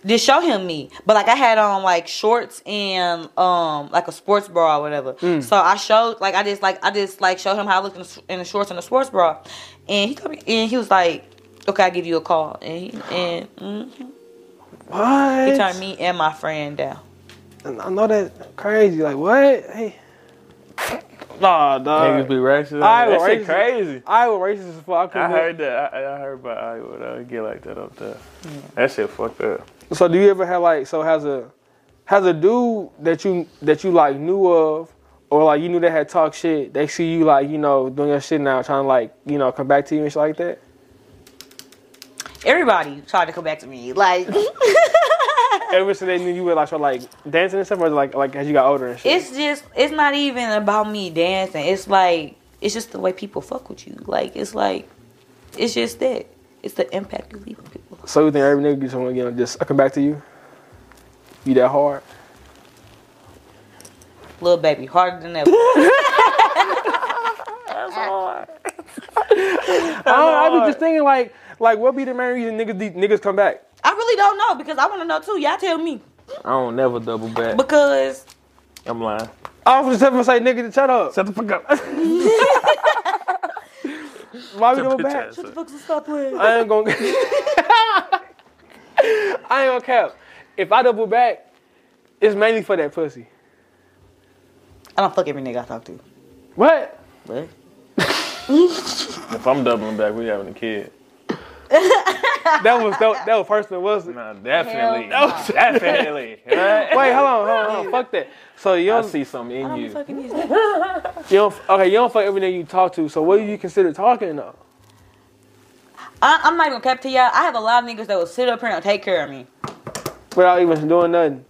just show him me. But like I had on like shorts and um like a sports bra or whatever. Hmm. So I showed like I just like I just like showed him how I looked in the, in the shorts and the sports bra, and he told me, and he was like, okay, I'll give you a call, and he, and mhm. What? he turned me and my friend down. I know that crazy. Like what? Hey. Nah, Niggas dog. be racist. I that racist. shit crazy. Iowa racist as fuck. I heard that. I, I heard about Iowa. Though. It uh, get like that up there. That shit fucked up. So do you ever have like so has a has a dude that you that you like knew of or like you knew they had talk shit, they see you like, you know, doing your shit now, trying to like, you know, come back to you and shit like that? Everybody tried to come back to me [LAUGHS] like. [LAUGHS] Ever since they knew you were like sort of like dancing and stuff or like like as you got older and shit. it's just it's not even about me dancing it's like it's just the way people fuck with you like it's like it's just that it's the impact you leave on people so you think every nigga just wanna you know just come back to you? You that hard? little baby harder than [LAUGHS] ever I don't know, I be just thinking like like what be the main reason niggas these niggas come back? i really don't know because i want to know too y'all tell me I don't never double back. because I'm lying. I was just gonna say nigga shut up. [LAUGHS] Shut the fuck up. Why we going back? shut the fuck up stop playing I ain't gonna. [LAUGHS] I ain't gonna cap. If I double back, it's mainly for that pussy. i don't fuck every nigga i talk to What? but If I'm doubling back, we having a kid. That was that, that was personal, wasn't it? Nah, definitely. Hell [LAUGHS] Definitely. Right? Wait, hold on, hold on, hold on. Fuck that. So you I don't, see something i in don't be you. fucking these niggas. you don't, okay, you don't fuck every nigga you talk to. So what do you consider talking though? I, i'm not even gonna cap to y'all i have a lot of niggas that will sit up here and take care of me Without even doing nothing.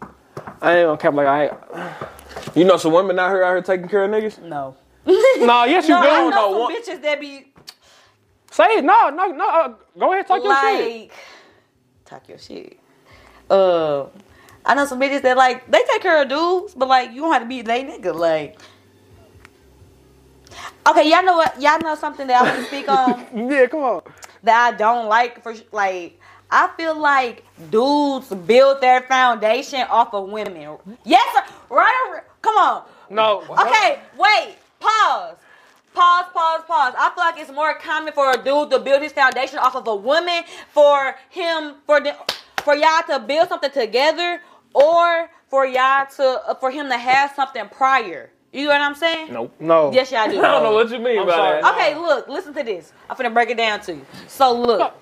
I ain't gonna cap like I. Ain't. You know some women out here out here taking care of niggas? no No, yes you no, do. I know No, some one- bitches that be Say it. No, no, no. Uh, go ahead, talk like, your shit. Talk your shit. Uh, I know some bitches that like they take care of dudes, but like you don't have to be they nigga. Like, okay, y'all know what? Y'all know something that I want to speak [LAUGHS] on Yeah, come on. that I don't like for sh- like. I feel like dudes build their foundation off of women. Yes, sir. Right? or- Come on. No. Okay, wait. Pause. Pause, pause, pause. I feel like it's more common for a dude to build his foundation off of a woman for him for the, for y'all to build something together or for y'all to uh, for him to have something prior. You know what I'm saying? Nope. No. Yes, y'all do. [LAUGHS] I don't know what you mean I'm by sorry. that. Okay, look, listen to this. I'm finna break it down to you. So look.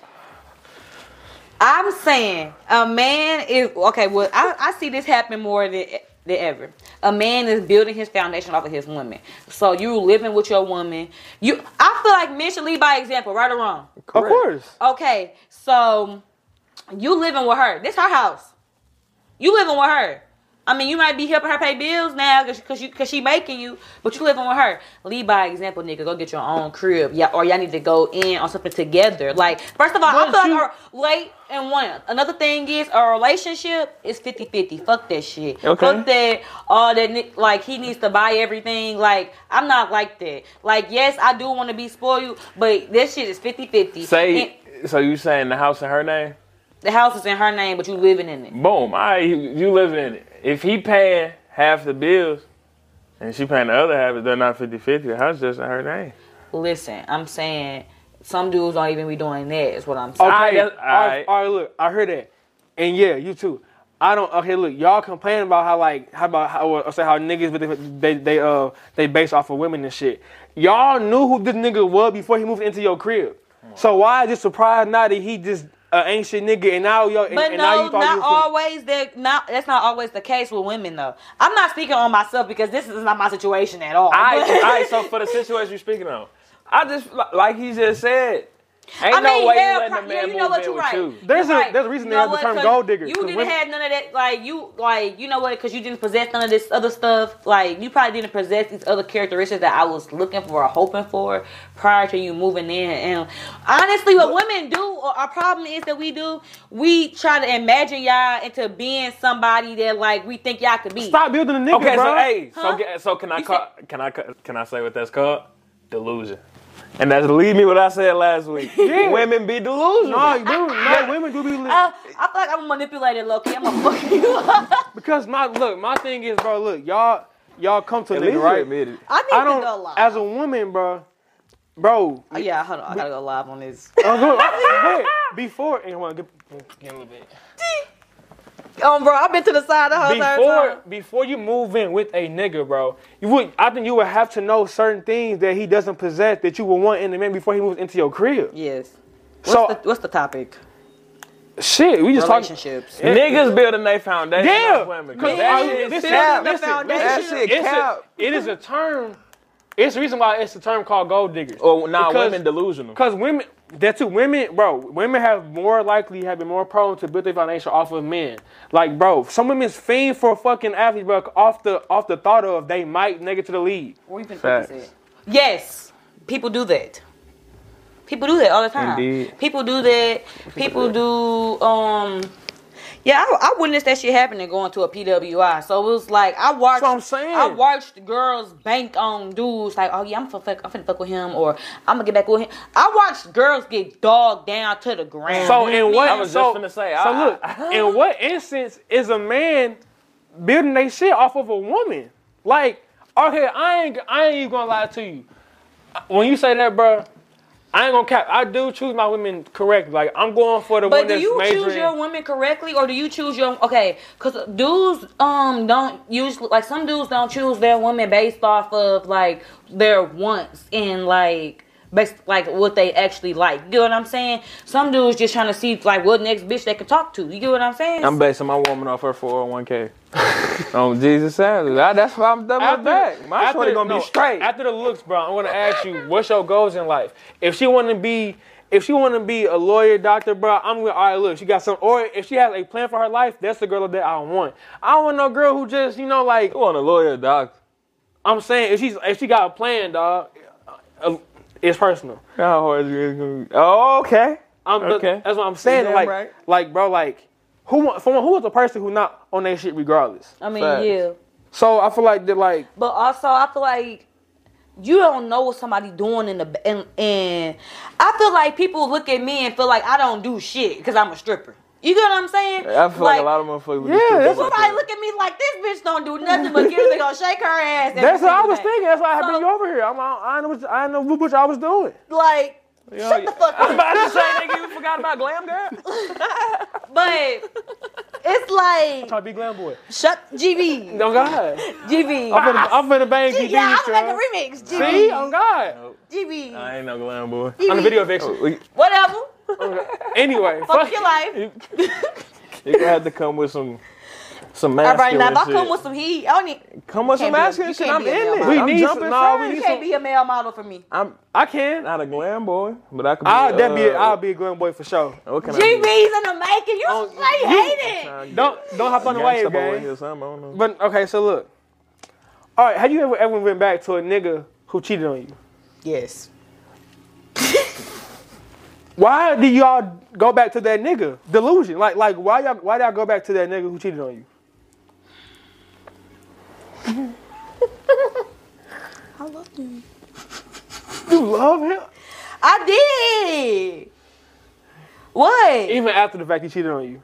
I'm saying a man is okay, well I, I see this happen more than than ever. A man is building his foundation off of his woman. So you living with your woman. You I feel like men should lead by example, right or wrong. Of course. Okay, so you living with her. This her house. You living with her. I mean, you might be helping her pay bills now because you because she making you, but you living with her. Lead by example, nigga. Go get your own crib, yeah, or y'all need to go in on something together. Like, first of all, I But feel you- like our, late and one. Another thing is a relationship is 50-50. Fuck that shit. Okay. Fuck that. All that ni- like he needs to buy everything. Like I'm not like that. Like yes, I do want to be spoiled, but this shit is 50-50. And- Say, so you saying the house in her name? the house is in her name, but you living in it. Boom. I you living in it. If he paying half the bills and she paying the other half, they're not 50-50. The house just in her name. Listen, I'm saying some dudes don't even be doing that. Is what I'm saying. I- Okay. that's- all right. alright. all right, look, I heard that. And yeah, you too. I don't. Okay, look, y'all complaining about how like how about how or say how niggas, but they they, they uh they base off of women and shit. Y'all knew who this nigga was before he moved into your crib. So why is you surprised now that he just an ancient nigga and now yo and, But and now no, you thought you not was finna- always. That not that's not always the case with women though. I'm not speaking on myself because this is not my situation at all. All right, But- [LAUGHS] all right, so for the situation you're speaking on, I just li- like he just said, ain't I no mean, way yeah, you letting pro- a yeah, man you know move what in you're with right. you. There's You're a- right. there's a reason they You know have the what? term 'Cause gold digger, You 'cause didn't women- have none of that. Like you, like you know what? Because you didn't possess none of this other stuff. Like you probably didn't possess these other characteristics that I was looking for or hoping for prior to you moving in. And honestly, what women do, or our problem is that we do, we try to imagine y'all into being somebody that like we think y'all could be. Stop building a nigga, Okay, bro. so hey, Huh? so get, so can I You call, can I ca- can I say what that's called? Delusion. And that's leave me what I said last week. Yeah. Women be delusional. no, you do. No, women do be. Li- Uh, I feel like I'm manipulated, Loki. I'm gonna fuck you up. Because my look, my thing is, bro. Look, y'all, y'all come to a At least nigga, you right? admit it. [LAUGHS] I need I to go don't. live. As a woman, bro, bro. Oh, yeah, hold on. I gotta go live on this. I'm good. Hey, before and hold on, get, get a little bit. Um, bro, I've been to the side the whole entire time. Before before you move in with a nigga, bro, you would. I think you would have to know certain things that he doesn't possess that you would want in a man before he moves into your crib. Yes. What's, So- the, what's the topic? Shit, we just talking. Relationships. Niggas building their foundation Yeah, off women. 'cause Cause that I- shit is listen, cap. the listen, foundation. listen, That shit it's a- cap. It is a term. It's the reason why it's a term called gold diggers. Or Oh, nah, Because- women delusional. Because women, that too, women, bro, women have more likely have been more prone to build their foundation off of men. Like, bro, some women's fiend for a fucking athlete, bro, off the off the thought of they might nigga to the league. We've been Facts. focusing. Yes, people do that. People do that all the time. Indeed. People do that. People do. Um, yeah, I, I witnessed that shit happening going to a PWI. So it was like I watched. That's what I'm saying. I watched girls bank on dudes like, oh yeah, I'm finna fuck, I'm finna fuck with him, or I'm gonna get back with him. I watched girls get dogged down to the ground. So in what? I was so, just finna say, So I- look, [LAUGHS] in what instance is a man building they shit off of a woman? Like, okay, I ain't, I ain't even gonna lie to you. When you say that, bro, I ain't gonna cap. I do choose my women correct. Like, I'm going for the one But do that's you majoring. choose your women correctly, or do you choose your okay? Because dudes um don't usually like some dudes don't choose their women based off of like their wants and like based like what they actually like. You get what I'm saying? Some dudes just trying to see like what next bitch they can talk to. You get what I'm saying? I'm basing my woman off her 401k. on Jesus Saturday. I, that's why I'm double back. My after- shorty gonna no, be straight. After the looks, bro, I'm gonna ask you, what's your goals in life? If she wanna be, if she wanna be a lawyer, doctor, bro, I'm gonna all right, look, she got some. Or if she has a plan for her life, that's the girl that I want. I don't want no girl who just, you know, like you want a lawyer, doctor? I'm saying, if she's if she got a plan, dog, uh, it's personal. How hard is it gonna be? Oh, okay. I'm Okay. that's what I'm saying. Damn Like, right. like, bro, like, who want- for one, who is the person who not on that shit regardless? I mean, Facts. yeah. So I feel like they're like. But also, I feel like you don't know what somebody doing in the and, and I feel like people look at me and feel like I don't do shit because I'm a stripper. You get what I'm saying? I feel like, a lot of motherfuckers. Yeah, Yeah, that's that's People probably look at me like this bitch don't do nothing but give. They gonna shake her ass. every That's what I single was day. thinking. That's why I bring So- you over here. I'm, I, I know what I know what I was doing. Like, shut the [LAUGHS] fuck up. about to say, nigga, you forgot about glam girl. [LAUGHS] But it's like, Try to be glam boy. shut GB, Oh God, GB. I'm finna, I'm finna bang GD. Yeah, I'm gonna y'all. make a remix. See, GB, oh God, GB, I ain't no glam [LAUGHS] boy. on the video vixen. We, whatever. Anyway, Fuck fuck your it. life. you gonna have to come with some, some All right, masculine now if I shit. come with some heat, I don't need. Come with some can't be a- masculine you shit. can't I'm be a in male it. model. We I'm need some- jumping nah, we fast. need You some- can't be a male model for me. I'm I can. not a glam boy, but I could. Be, I'll uh, that be. I'll be a glam boy for sure. What can I be? GB's in the making. You, Oh, you you- hate it. Don't don't hop on the Gangsta wave, boy gang. or something, I don't know. But okay, so look. All right, have you ever ever went back to a nigga who cheated on you? Yes. Why do y'all go back to that nigga? Delusion. Like like why y'all why y'all go back to that nigga who cheated on you? [LAUGHS] I love you. You love him I did. What? even after the fact he cheated on you.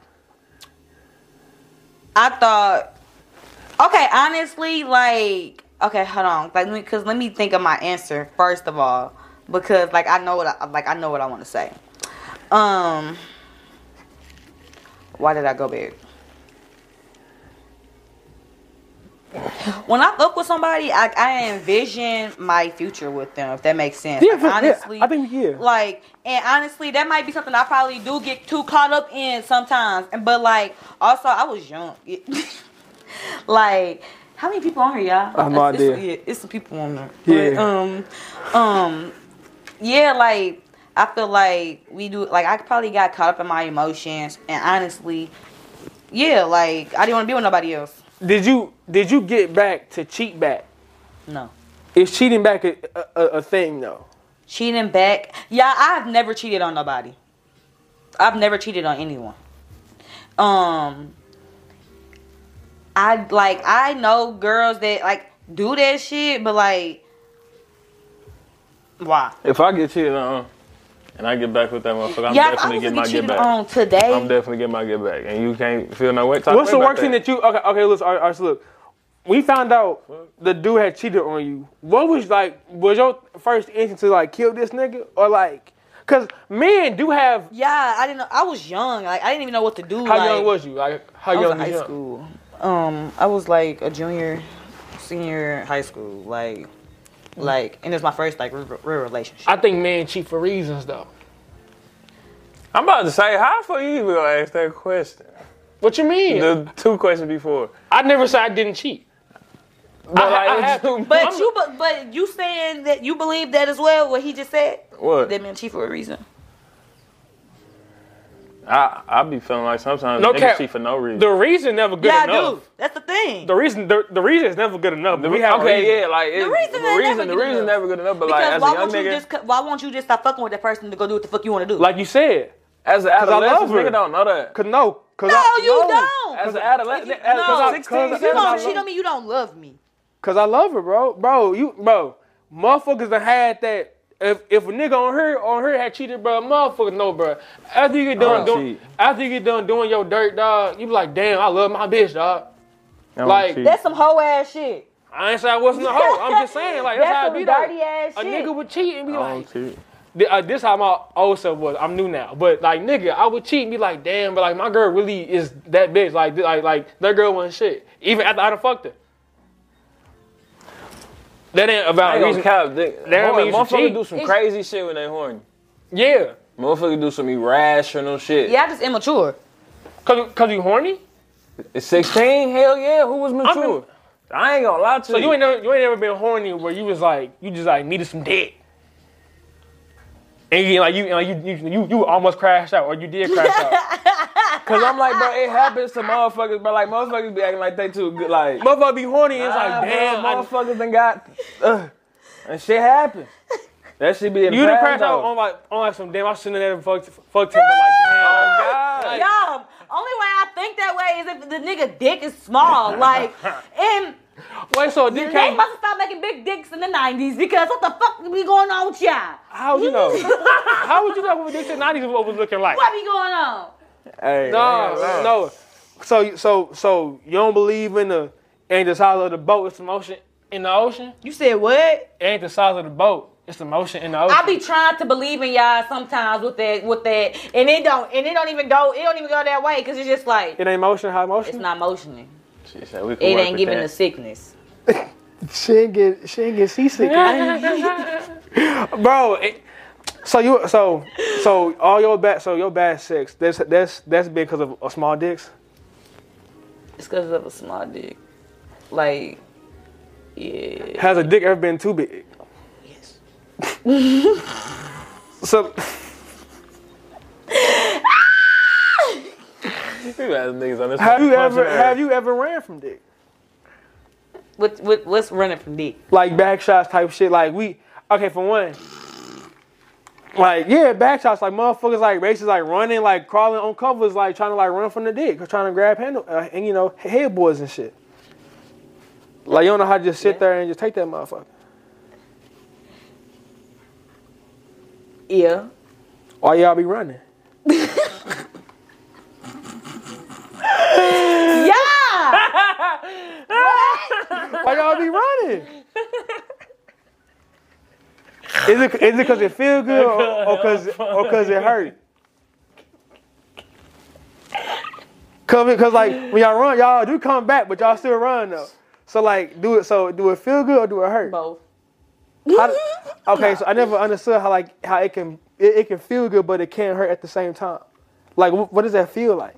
I thought, okay, honestly, like, okay, hold on, like, because let me think of my answer first of all, because like I know what, I, like I know what I want to say. Um, Why did I go back? When I fuck with somebody, I, I envision my future with them. If that makes sense. Yeah, Like, yeah, honestly, I think, yeah. Like, and honestly, that might be something I probably do get too caught up in sometimes. And but like, also, I was young. [LAUGHS] like, how many people on here, y'all? I have no It's- it's- idea. yeah, it's the people on there. But, Yeah. um, um, yeah, like I feel like we do. Like I probably got caught up in my emotions, and honestly, yeah, like I didn't want to be with nobody else. Did you did you get back to cheat back? No. Is cheating back a, a, a a thing though? Cheating back. Yeah, I've never cheated on nobody. I've never cheated on anyone. Um I like I know girls that like do that shit, but like why? If I get cheated on and I get back with that motherfucker, I'm yeah, if I definitely was to getting get my get cheated back. on today. I'm definitely getting my get back. And you can't feel no way. Talk What's to the me about worst thing that you okay? Okay, listen. All right, all right, so look, we found out the dude had cheated on you. What was like? Was your first instinct to like kill this nigga or like? Cause men do have. yeah, I didn't know I was young. Like I didn't even know what to do. How like, young was you? Like how I was in young high was you? school. Um, I was like a junior, senior high school, like like and it's my first like real, real relationship. I think men cheat for reasons though. I'm about to say, how for you even gonna ask that question? What you mean? The two questions before. I never said I didn't cheat. But I have- But I'm- you, but, but you saying that you believe that as well? What he just said? what? That man cheat for a reason. I I be feeling like sometimes No niggas cap. cheat for no reason. The reason never good yeah, I enough. do. That's the thing. The reason the, the reason is never good enough. but we have a okay, reason. yeah, like it, The reason the ain't never reason, the good reason enough. never good enough. But like because as a why young won't you nigga, just cut- why won't you just stop fucking with that person to go do what the fuck you want to do? Like you said, as an I love adolescent, her. nigga don't know that. cause no, cause no, I, you no, don't. As an adolescent, If you- as, no, cause I'm if 16, you don't I cheat love- on me, you don't love me. Cause I love her, bro. Bro, you bro, motherfuckers that had that. If if a nigga on her on her had cheated, bro, motherfuckers no, bro. After you get done don't doing cheat. after you get done doing your dirt, dog, you be like, damn, I love my bitch, dog. I'm like- cheating. That's some hoe ass shit. I ain't say I wasn't a hoe. I'm [LAUGHS] just saying, like that's, That's how I some be though. dirty ass A shit. nigga would cheat and be I like, don't cheat. Th- uh, this how my old self was. I'm new now, but like nigga, I would cheat and be like, damn, but like my girl really is that bitch. Like, th- like, like that girl wasn't shit. Even after I done fucked her. That ain't I about ain't reason. gonna cap. They, That don't mean you horny, should motherfuckers cheat. do some It's- crazy shit when they horny. Yeah, Motherfuckers do some irrational shit. Yeah, I just immature. cause, cause you horny. At 16, hell yeah, who was mature? I ain't gonna lie to So you. you ain't never, you ain't never been horny where you was like, you just like needed some dick. And you like you, and, like, you, you, you, you almost crashed out, or you did crash out. Cause [LAUGHS] I'm like, bro, it happens to motherfuckers, but like motherfuckers be acting like they too good. Like, Motherfucker be horny, and it's like, ah, bro, damn, I- motherfuckers done got, ugh, and shit happens. That shit be in you the didn't past, crash out though. on like on like some damn. I shouldn't have ever fucked fucked him, but like damn. Oh, God. Yo, only way I think that way is if the nigga dick is small. [LAUGHS] Like, and Wait, so dick they can't. must have stopped making big dicks in the 90s because what the fuck be going on with y'all? How would you know? How would you know what dick in the 90s was looking like? What be going on? [LAUGHS] Hey, I No, ain't gonna lie. no. So, so, so you don't believe in the ain't the size of the boat? It's the motion in the ocean. You said what? Ain't the size of the boat? It's the motion in the ocean. I be trying to believe in y'all sometimes with that, with that, and it don't, and it don't even go, it don't even go that way because it's just like it ain't motion. High it's motion. not motioning. She said we can It work ain't with giving that. the sickness. She ain't get. She ain't get [LAUGHS] seasick. Bro, it, so you so so all your bad so your bad sex that's that's that's been because of, of small dicks. It's because of a small dick. Like, yeah. Has a dick ever been too big? Yes. So You guys niggas on this have you punching ever her. have you ever ran from dick? What, what, what's running from dick? like back shots type shit. Like we okay for one. Like yeah, back shots like motherfuckers like racists like running like crawling on covers like trying to like run from the dick or trying to grab handle uh, and you know headboards and shit. Like you don't know how to just sit Yeah. there and just take that motherfucker. Yeah. Why y'all be running? [LAUGHS] Yeah. Why y'all be running? is it is it cause it feel good or, or cause or cause it hurt? Come because like when y'all run, y'all do come back, but y'all still run though. So like, do it. So do it feel good or do it hurt? Both. How- okay, so I never understood how like how it can it, it can feel good, but it can hurt at the same time. Like, wh- what does that feel like?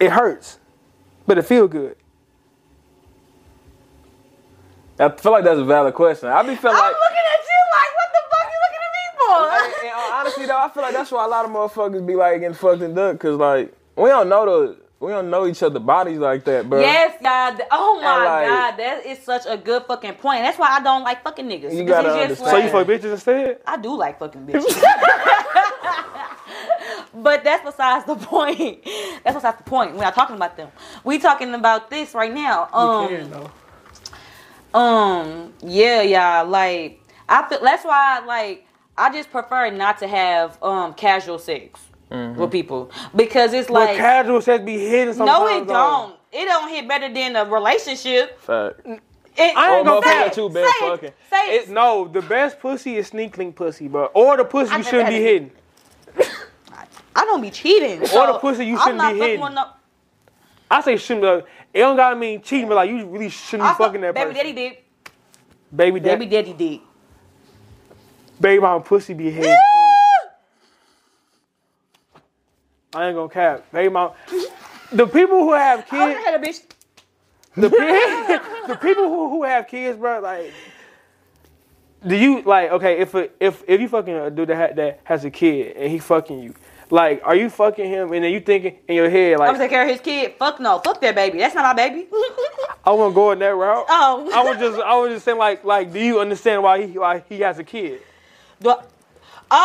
It hurts, but it feel good. I feel like that's a valid question. I be feeling like. at you like, what the fuck you looking Like, in all honesty though, I feel like that's why a lot of motherfuckers be like getting fucked and ducked, cause like we don't know the we don't know each other bodies like that, [LAUGHS] bro. Yes, God. Oh my And, like- God, that is such a good fucking point. That's why I don't like fucking niggas. 'Cause gotta it's just understand. So you like- fuck bitches instead? I do like [LAUGHS] fucking bitches. [LAUGHS] but that's besides the point. That's besides the point. We're not talking about them. We talking about this right now. Um, um, yeah, yeah. Like I feel that's why like I just prefer not to have um casual sex with people because it's But like Mm-hmm. casual sex be hidden sometimes. no, it though. don't. It don't hit better than a relationship. Fact. It, I ain't Or gonna motherfucker say say it. that you it, been say it, fucking. Say It, it. no, the best pussy is sneakling pussy, bro. Or the pussy I you never shouldn't had be it. hidden. I don't be cheating. Or the pussy you shouldn't be hitting. No, I say shouldn't. be Like, it don't gotta mean cheating, but like you really shouldn't be Also, fucking that baby person. daddy dick. Baby daddy, Baby baby, daddy dick. baby mama pussy be hidden. I ain't gonna cap. Baby mama. The people who have I kids, had a bitch. the, pe- [LAUGHS] the people who, who have kids, bro, like, do you like okay if a, if if you fucking a dude that ha- that has a kid and he fucking you, like, are you fucking him and then you thinking in your head I'm gonna like, take care of his kid. Fuck no. Fuck that baby. That's not my baby. [LAUGHS] I want to go in that route. Oh. I was just I was just saying like like do you understand why he why he has a kid? Do I-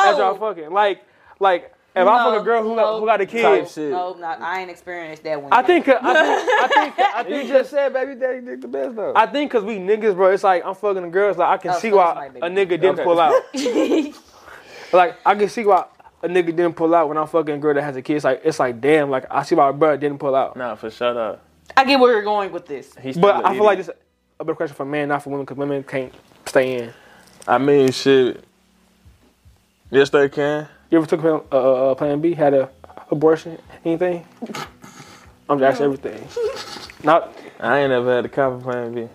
That's y'all oh. fucking like like if I fuck a No, girl who got, no, who got a Type kid, shit. No, no, I ain't experienced that one. [LAUGHS] I think I think I think I You think just said baby daddy dick the best though. I think cause we niggas, bro. It's like I'm fucking a girl. It's like I can Oh, see so why it's my a baby. nigga didn't Okay. [LAUGHS] pull out. like I can see why a nigga didn't pull out when I'm fucking a girl that has a kid. It's like it's like damn. Like I see why a bro didn't pull out. nah, for shut up. I get where you're going with this. He's But I feel like this a better question for men, not for women, cause women can't stay in. I mean, shit. Yes, they can. You ever took Plan, uh, uh, plan B? Had a abortion? Anything? I'm just asking everything. Not. I ain't never had a copper plan B.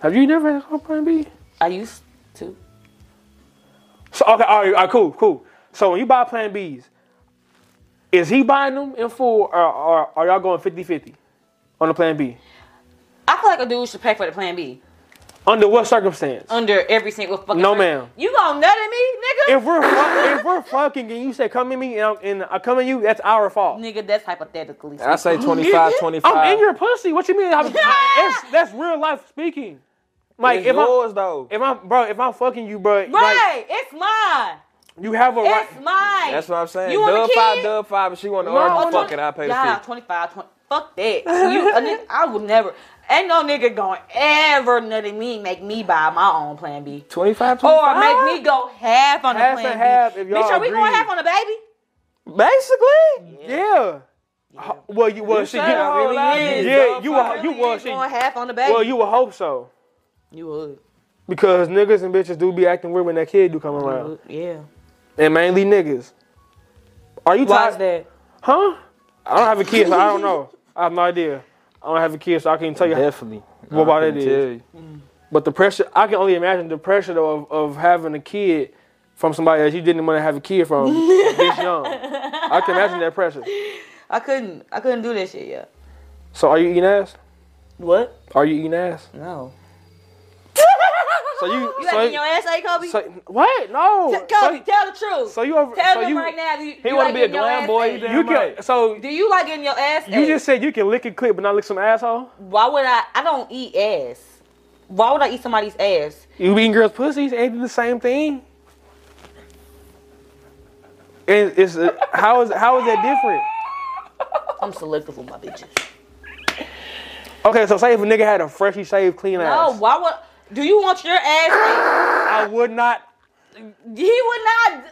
Have you never had a Plan B? I used to. So okay, all right, all right, cool, cool. So when you buy Plan Bs, is he buying them in full, or, or are y'all going 50-50 on the Plan B? I feel like a dude should pay for the plan B. Under what circumstance? Under every single fucking. No, ma'am. You gonna nut at me, nigga? If we're fuck, if we're fucking and you say come at me and, I'm, and I come at you, that's our fault. nigga, that's hypothetically. [GASPS] I say 25, 25. I'm in your pussy. What you mean? I'm, that's, that's real life speaking. Like It's if yours, I'm though. if I'm bro, if I'm fucking you, bro, like, Right, it's mine. you have a right. It's mine. That's what I'm saying. You want dub a kid? five, dub five. If she want to No, argue, no. fuck it. I pay the Oh, Yeah, fee. 25, 20, fuck that. You, a nigga, I would never, ain't no nigga gonna ever nut at me, make me buy my own plan B. 25, Oh, Or make me go half on Half the plan and B. half if y'all Bitch, are we going agree. half on the baby? Basically. Yeah. Ho- Well, you well, You shit, said you- a whole really lot. is, yeah, you dub were five. you Really were is shit. going half on the baby. Well, you would hope so. you would. Because niggas and bitches do be acting weird when that kid do come You around. would, Yeah. And mainly niggas. Are you Why is tired? that? Huh? I don't have a kid, so I don't know. I have no idea. I don't have a kid, so I can't tell you. Definitely. What about I couldn't it is? tell you. But the pressure, I can only imagine the pressure though of, of having a kid from somebody that you didn't want to have a kid [LAUGHS] from this young. I can imagine that pressure. I couldn't, I couldn't do that shit, yeah. So are you eating ass? What? Are you eating ass? No. So you, [LAUGHS] You so, acting your ass like Kobe? so what? No. T- So, Kobe, tell the truth. so you over? tell so them you, right now. You, He you want like to be a getting your glam ass boy. ate. he damn you can. right. So Do you like getting your ass you ate? just said you can lick a clip but not lick some asshole. Why would I? I don't eat ass. Why would I eat somebody's ass? You be eating girls' pussies? Ain't it the same thing? And it's uh, how is how is that different? I'm selective with my bitches. Okay, so say if a nigga had a freshly shaved, clean No, ass, Oh, why would? Do you want your ass? I would not. ate? he would not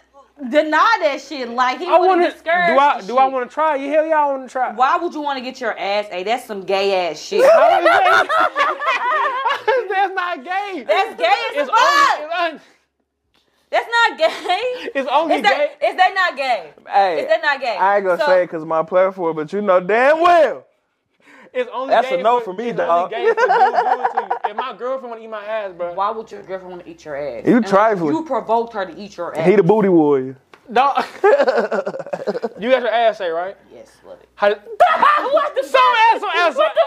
deny that shit. Like he I would want to. not Do discourage. I the do I shit. want to try? Yeah, hell yeah, I want to try. Why would you want to get your ass ate? That's some gay ass [LAUGHS] shit. How is that- [LAUGHS] That's not gay. That's gay as It's fuck. un- it's un- That's not [LAUGHS] gay. It's only Is that is that not gay? Hey, Is that not gay? I ain't gonna So- say it because my platform, but you know damn well. It's only That's a gay no for- for me, it's dog. Only gay for dudes doing it to you. If my girlfriend want to eat my ass, bro, Why would your girlfriend want to eat your ass? You And, like, trifling. You provoked her to eat your ass. He the booty warrior. don't. [LAUGHS] you got your ass say right. yes, love it. How did, what the some ass, some ass, what the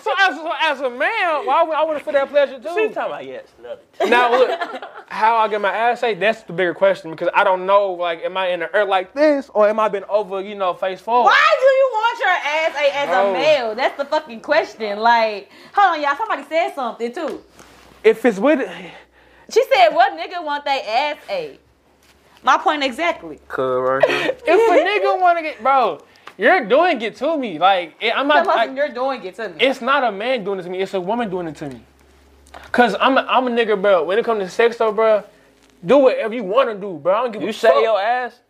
fuck? Some ass, some ass, a man. Why would I want to feel that pleasure too? She talking about yes, love it. [LAUGHS] Now look, how I get my ass ate, that's the bigger question because I don't know, like, am I in the air like this or am I been over, you know, face forward? Why do you want your ass ate as Oh. No. a male? That's the fucking question. Like, hold on, y'all. Somebody said something too. If it's with, She said, "What nigga want they ass ate?" My point exactly. if a nigga want to get, bro, you're doing it to me. Like, it, I'm not, Tell us I- you're doing it to me. it's not a man doing it to me, it's a woman doing it to me. Cause I'm a, I'm a nigga, bro. When it comes to sex, though, bro, do whatever [LAUGHS] you want to do, bro. I don't give You a say fuck. your ass?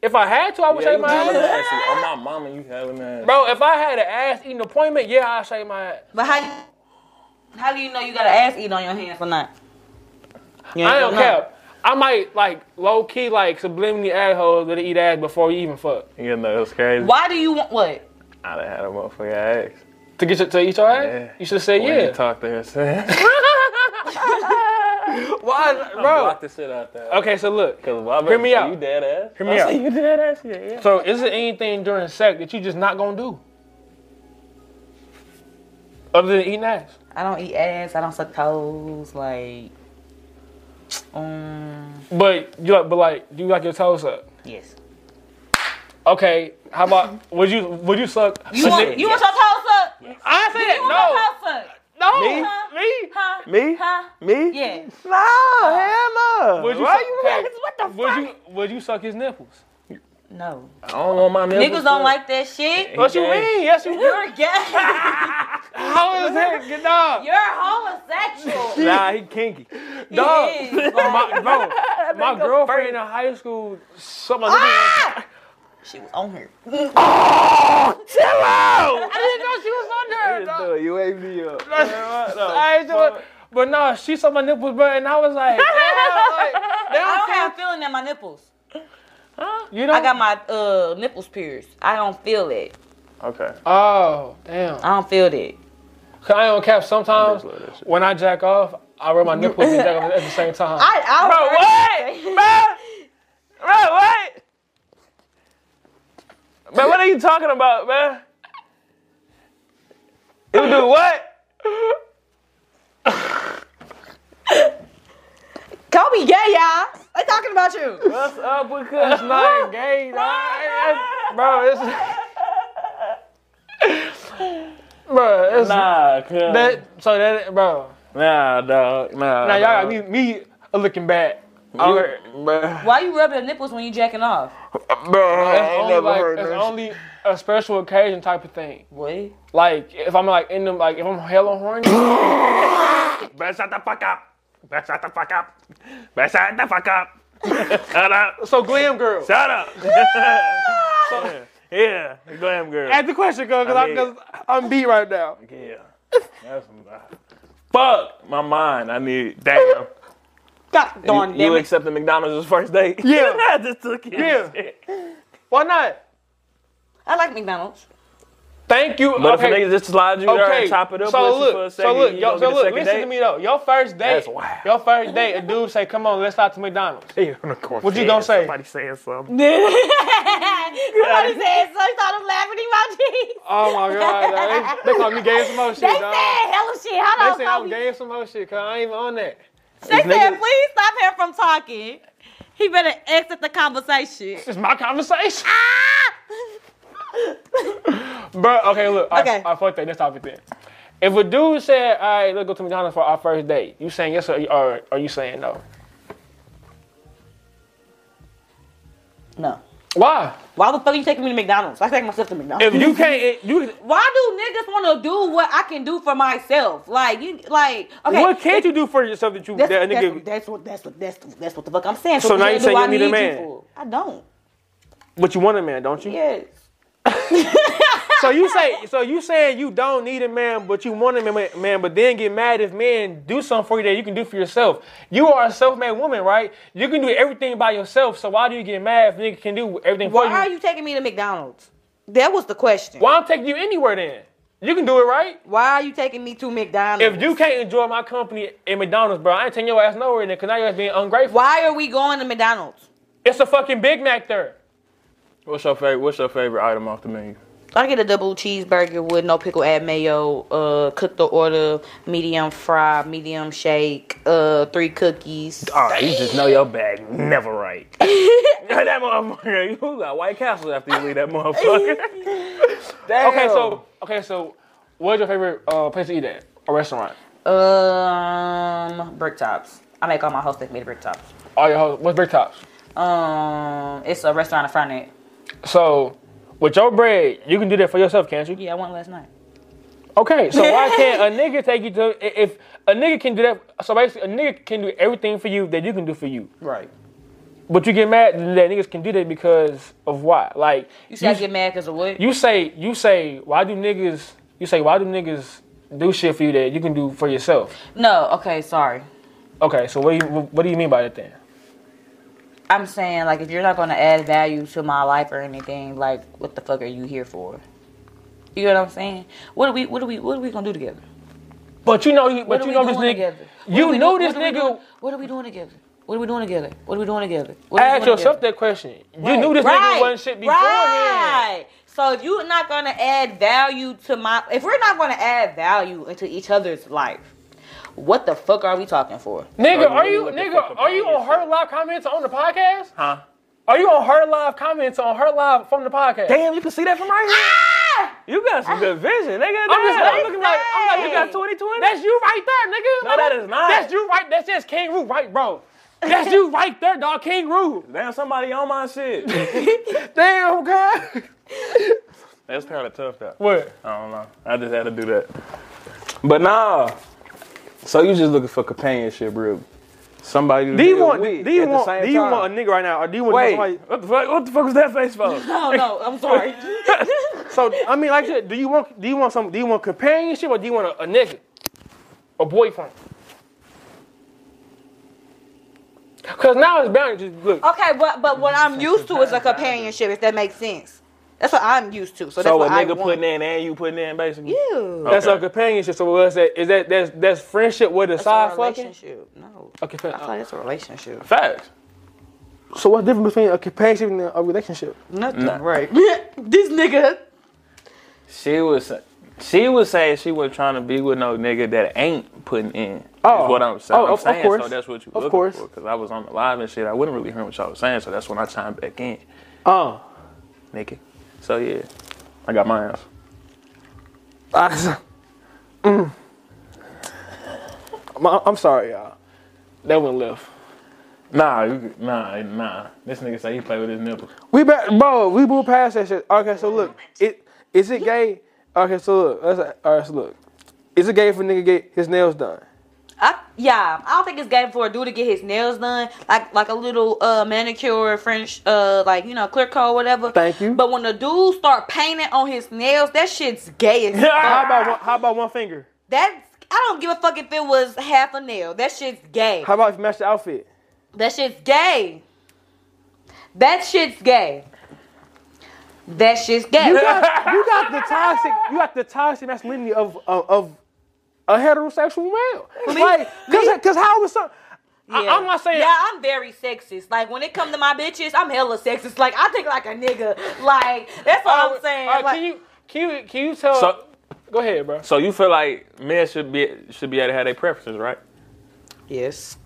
If I had to, I would Yeah, say you my having ass. ass. Oh, my mama, you having ass. Bro, if I had an ass eating appointment, yeah, I'd say my ass. But how how do you know you got an ass eat on your hands or not? You ain't I don't gonna know. care. I might like low key like subliminally add hoes that eat ass before you even fuck You know it's crazy. Why do you want what? I done had a motherfucking ass. to get your, to eat your ass. Yeah. You should have said When yeah, you talk [LAUGHS] to herself. Why, Block [LAUGHS] bro? the shit out there. Okay, so look. Cause why, Hear me you out. You dead ass. Hear me I out. say You dead ass. Yeah, yeah. So is there anything during sex that you just not gonna do other than eating ass? I don't eat ass. I don't suck toes. Like, um, But you like, but like, do you like your toes up? yes. Okay, how about would you would you suck? You want you want your toes sucked? I said You want that your toes sucked? no, no, Me? me. Huh? Me? Huh? Me? Yeah. No, hell no. Would you Why suck- [LAUGHS] you okay, ask- What the Would fuck? you would you suck his nipples? No. I don't know my nipples. Niggas don't like that [LAUGHS] shit. What you gay. mean? [LAUGHS] Yes, you would. You're gay. How is that? [LAUGHS] Get dog. You're [LAUGHS] homosexual. Nah, he kinky. Dog, He is, like- [LAUGHS] my, [LAUGHS] bro, my girlfriend in high school, someone. Ah! I She was on her. [LAUGHS] didn't know she was on there. dog. [LAUGHS] No, you ate me up. I ain't doing- But no, she saw my nipples, bro, and I [LAUGHS] was like, I don't damn, like, have feeling in my nipples. damn. You know? I got my uh nipples pierced. I don't feel it. Okay. Oh, damn. I don't feel that. Cause I don't cap. Sometimes I just love that shit. when I jack off, I rub my nipples and jack off at the [LAUGHS] same time. I, I Bro, what? Bro, what? Man, what are you talking about, man? You do what? Kobe gay, y'all. They talking about you. What's up with Kush? It's [LAUGHS] not gay, dog. It's- [LAUGHS] bro. It's bro. It's Nah, Kush. that. So that, bro. nah, dog. Nah. Now y'all got dog. me, me looking bad. You- Only- bruh. [LAUGHS] Why you rubbing your nipples when you jacking off? Bro, I It's ain't only never like heard it's this. only a special occasion type of thing. What? Like if I'm like in them, like if I'm hella horny, Bruh, shut the fuck up. Bruh, shut the fuck up. Bruh, shut the fuck up. shut up. so glam girl. Shut [LAUGHS] up. yeah, glam girl. Ask the question, girl, cause I I'm, mean- cause I'm beat right now. Yeah. That's Fuck my mind. I need damn. God You, you accepted McDonald's as first [LAUGHS] date? Yeah. I just took it. Yeah. [LAUGHS] Why not? I like [LAUGHS] McDonald's. Thank you. But if okay. a nigga just slide you there Okay, and chop it up so with look, you for a so second, look, you yo, gonna so get a look, second listen date? to me though. Your first date, That's wild. your first date, a dude say, "Come on, let's out [LAUGHS] to McDonald's." What you gonna say? Somebody saying something. Somebody said so. You thought I'm laughing at my Oh my god, they, they call me gay as some more shit, They dog. said hella shit. They Hold say on, I'm Kobe. gay as some more shit, cause I ain't even on that. They These said, niggas- please stop him from talking. He better exit the conversation. It's my conversation, Ah! [LAUGHS] bro. Okay, look, Okay. I, I fucked that. Let's stop it then. If a dude said, "All right, let's go to McDonald's for our first date," you saying yes or, or are you saying no? no. Why? Why the fuck are you taking me to McDonald's? I take myself to If McDonald's. you can't, you Why do niggas want to do what I can do for myself? Like you, like okay. what can't you do for yourself that you That's, that a that's, nigga? what- that's what that's what that's what- that's what the fuck I'm saying. So what now the you hell say do you I need a you man. for? I don't. But you want a man, don't you? Yes. So you say, so you saying you don't need a man, but you want a man, man, but then get mad if men do something for you that you can do for yourself. You are a self-made woman, right? You can do everything by yourself. So why do you get mad if nigga can do everything Why for are you? you taking me to McDonald's? That was the question. Why I'm taking you anywhere then? You can do it, right? Why are you taking me to McDonald's? If you can't enjoy my company at McDonald's, bro, I ain't taking your ass nowhere then, cause now your ass being ungrateful. Why are we going to McDonald's? It's a fucking Big Mac there. What's your favorite? What's your favorite item off the menu? I get a double cheeseburger with no pickle, add mayo, uh, cook the order, medium fry, medium shake, uh, three cookies. All right, you just know your bag [LAUGHS] never right. that motherfucker, you got White Castle after you leave [LAUGHS] that motherfucker. Damn. Okay, so okay, so what's your favorite uh, place to eat at? A restaurant. Um, brick tops. I make all my hostess made brick tops. All your hoes- what's Brick Tops? Um, it's a restaurant in front of it. So, with your bread, you can do that for yourself, can't you? Yeah, I went last night. Okay, so [LAUGHS] why can't a nigga take you to i- if a nigga can do that? So basically, a nigga can do everything for you that you can do for you, Right. but you get mad that niggas can do that because of why? Like You see, I get mad because of what? you say, you say, why do niggas? You say, why do niggas do shit for you that you can do for yourself? no, okay, sorry. Okay, so what do you what do you mean by that then? I'm saying, like, if you're not going to add value to my life or anything, like, what the fuck are you here for? You know what I'm saying? What are we, what are we, what are we going to do together? But you know, you- What but are you we know this doing nigga. together? What are You we know doing- this what are we nigga. doing- What are we doing together? What are we doing together? What are we doing together? What are we Ask doing yourself together? that question. You knew this nigga wasn't shit beforehand. Right. So if you're not gonna add value to my, if we're not gonna add value into each other's life, what the fuck are we talking for? Nigga, So are you you looking for nigga? Are you on her companionship. live comments on the podcast? Huh? Are you on her live comments on her live from the podcast? Damn, you can see that from right here. You got some good vision, nigga. Ah! I'm just Damn. I'm looking like I'm like you got 2020. That's you right there, nigga. No, Like, that is not. That's you right. That's just kangaroo right, bro. That's you right there, dog. Kangaroo. Damn, somebody on my shit. [LAUGHS] Damn, God. That's kind of tough though. What? I don't know. I just had to do that. But nah. So you just looking for companionship, real. Somebody to Do you deal want? with Do you at the want? same Do you time. want a nigga right now? Or do you want Wait, somebody? what the fuck? What the fuck was that face for? No, no, I'm sorry. [LAUGHS] So I mean, like, I said, do you want? Do you want some? Do you want companionship or do you want a, a nigga, a boyfriend? Cause now it's boundaries. [LAUGHS] Look, okay, but but what I'm used to is a companionship, if that makes sense. That's what I'm used to. So that's so a what I nigga want. putting in and you putting in basically. Ew. That's Okay. our companionship. So what's that? Is that that's that's friendship with a That's side a fucking? relationship. No. Okay, fair- I thought it's a relationship. Facts. So what's different between a companionship and a relationship? Nothing. Right. [LAUGHS] this nigga. She was she was saying she was trying to be with no nigga that ain't putting in. Oh. is what I'm saying. Oh, I'm of- of saying course. So that's what you Of looking course. for. Cause I was on the live and shit. I wouldn't really hear what y'all was saying. So that's when I chimed back in, Uh. nigga. So yeah, I got my ass. I- Mm. I'm, I'm sorry, y'all. That one left. Nah, you, nah, nah. This nigga say he play with his nipples. We back, bro. We moved past that shit. Okay, so look, it is it gay? Okay, so look, that's, all right, so look, is it gay if a nigga get his nails [LAUGHS] done? I, yeah, I don't think it's game for a dude to get his nails done, like like a little uh, manicure, French, uh, like you know, clear coat, whatever. Thank you. But when the dude start painting on his nails, that shit's gay [LAUGHS] as fuck. How about one, how about one finger? That's I don't give a fuck if it was half a nail. That shit's gay. How about if you match the outfit? That shit's gay. That shit's gay. That shit's gay. You got, you [LAUGHS] got the toxic, you got the toxic masculinity of of, of a heterosexual male. like, cause, cause how was some? I, am not saying. Yeah, I'm very sexist. Like when it come to my bitches, I'm hella sexist. Like I think like a nigga. Like that's all I'm saying. all right, Like- can you can you can you tell? So- go ahead, bro. So you feel like men should be should be able to have their preferences, right? yes.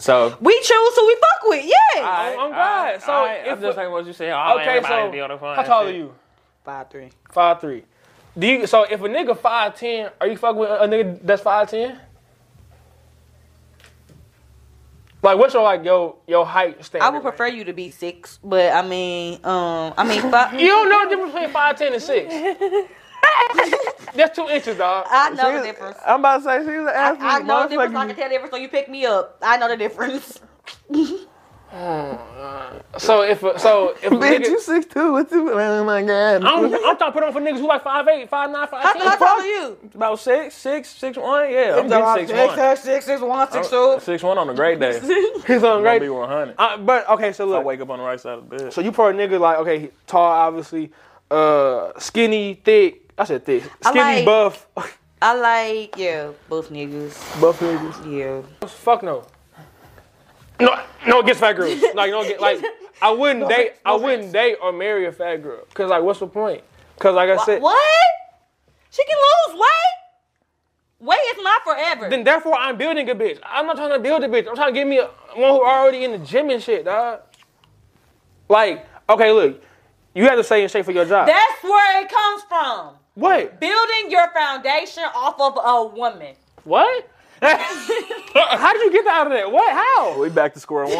So We choose who we fuck with. Yeah. I'm glad. So I'm if- just saying what you say. Oh, Okay, so how tall are you? Five three. Five three. Do you so if a nigga five ten, are you fucking with a nigga that's five ten? Like what's your like your your height standard? I would prefer you to be six, but I mean, um, I mean, five, [LAUGHS] You don't know the difference between five ten [LAUGHS] and six. that's two inches, dog. I know the difference. I'm about to say she was an [LAUGHS] I know the difference. I can tell the difference. So you pick me up. I know the difference. So if a, so if a Bitch, nigga, you six two. What you? Oh my god. I'm, I'm trying to put on for niggas who like five eight, five nine, five ten. How tall are you? About six, six, six one. Yeah, I'm getting six one. six, six, one, six, I'm- Six one on a great [LAUGHS] day. he's on Gonna great. be 100. Uh, but okay, so I look. wake up on the right side of the bed. So you put a nigga like okay, he- tall, obviously, uh, skinny, thick. I said thick, skinny, like- [LAUGHS] buff, [LAUGHS] I like, yeah, both niggas. buff niggas. Yeah. Fuck no. No, no against [LAUGHS] fat girls. Like, no, get like, I wouldn't date, I wouldn't date or marry a fat girl. Cause like, what's the point? Cause like I said, What? She can lose weight? Weight is not forever. then therefore I'm building a bitch. I'm not trying to build a bitch. I'm trying to get me a, one who already in the gym and shit, dog. Like, okay, look, you have to stay in shape for your job. That's where it comes from. what? Building your foundation off of a woman. What? [LAUGHS] How did you get that out of there? What? How? We back to [LAUGHS] square one.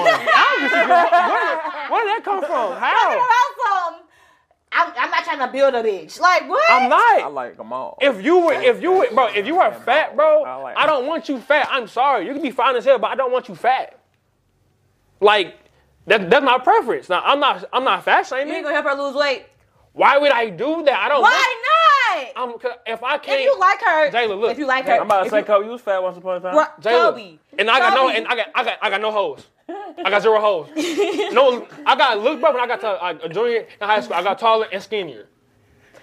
Where did that come from? Talking How? about something. I'm, I'm not trying to build a bitch. Like, what? I'm I not. like them all. If you were, if you were, bro, if you were fat, bro, I don't want you fat. I'm sorry, you can be fine as hell, but I don't want you fat. Like, that, that's my preference. Now, I'm not, I'm not fat You ain't shaming. gonna help her lose weight. Why would I do that? I don't. Why not? Want, I'm, 'cause if I can't, If you like her, Jayla, look. if you like her, I'm about to if say, you- Kobe, you was fat once upon a time. [LAUGHS] Bruh, Jayla, Kobe. and I got no, Kobe. and I got, I got, I got no hoes. I got zero hoes. No, I got look better when I got to, I, a junior in high school. I got taller and skinnier.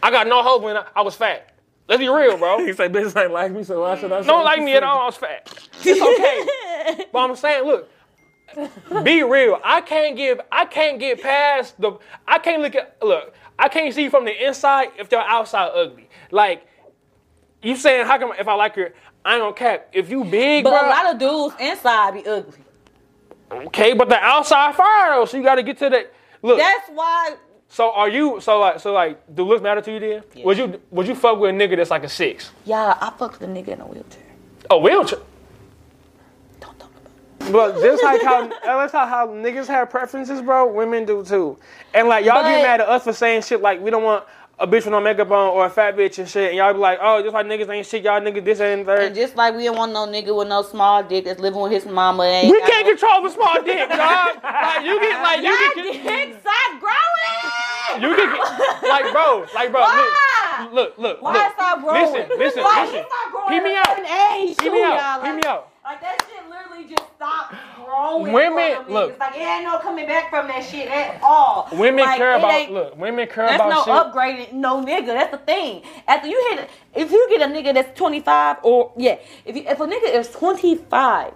I got no hoes when I, I was fat. Let's be real, bro. He say, bitches ain't like me, so why should I? don't like me at all. I was fat. It's [LAUGHS] okay. but I'm saying, look, be real. I can't give. I can't get past the. I can't look at. Look, I can't see from the inside if they're outside ugly. Like, you saying how come if I like her, I don't cap. If you big, But a bro, lot of dudes inside be ugly. okay, but the outside fire though. So you got to get to that. Look. That's why. so are you? So like. So like. Do looks matter to you then? Would you? Would you fuck with a nigga that's like a six? Yeah, I fucked the nigga in a wheelchair. A wheelchair. Don't talk about. it. But just like [LAUGHS] how uh, that's how, how niggas have preferences, bro, women do too. And like y'all But- get mad at us for saying shit like we don't want a bitch with no makeup on or a fat bitch and shit, and y'all be like, oh, just like niggas ain't shit, y'all niggas this ain't And third. just like we don't want no nigga with no small dick that's living with his mama. and We got can't no- control the small [LAUGHS] dick, dog. Like you get like you Y'all get dicks stop [LAUGHS] growing. you get like bro, like bro, Why? look, look, look. Why look. is that growing? Listen, listen, Why listen. is that growing Hear me at out. an Age Hear me too, out. y'all? Hear me Like- out. Like that shit literally just stopped growing. Women- for them look. niggas. Like it ain't no coming back from that shit at all. Women Like, care it about ain't- look, women care That's about no shit. upgrading, no nigga. That's the thing. After you hit, if you get a nigga that's 25 or yeah, if you, if a nigga is 25,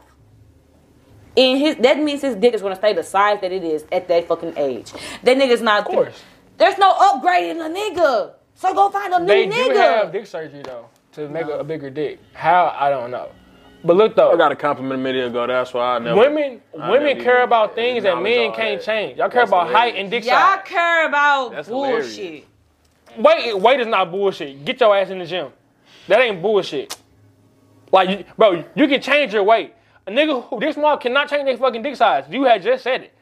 and his that means his dick is gonna stay the size that it is at that fucking age. That nigga's not. Of course. There's no upgrading a nigga. So go find a new They nigga. do have dick surgery though to make a, a bigger dick. How I don't know. But look though, I got a compliment a minute ago. That's why I never. Women, I women never care even about things that men acknowledged all can't that. change. Y'all care That's about height hilarious. and dick Y'all size. care about That's bullshit. hilarious. Weight, weight is not bullshit. Get your ass in the gym. That ain't bullshit. Like, you, bro, you can change your weight. A nigga who this small cannot change their fucking dick size. You had just said it.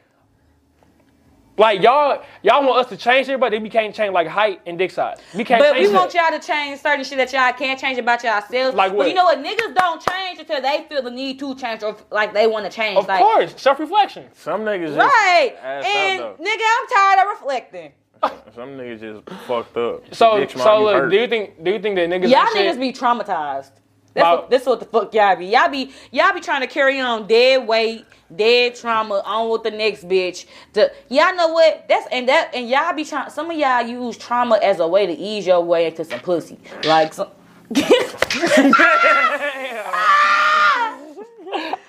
Like y'all, y'all want us to change it, but then we can't change like height and dick size. We can't But change we want that. y'all to change certain shit that y'all can't change about yourselves. Like But what? you know what? Niggas don't change until they feel the need to change or like they want to change. Of like, course, self reflection. Some niggas just Right. ass and out nigga, I'm tired of reflecting. though. Some niggas just fucked up. So, Bitch, mom, so you look, hurt. do you think, do you think that niggas? Y'all ain't shit? niggas be traumatized. That's Wow. what, that's what the fuck y'all be. Y'all be y'all be trying to carry on dead weight, dead trauma on with the next bitch. The, y'all know what? That's and that and y'all be trying. Some of y'all use trauma as a way to ease your way into some pussy. Like [LAUGHS] some.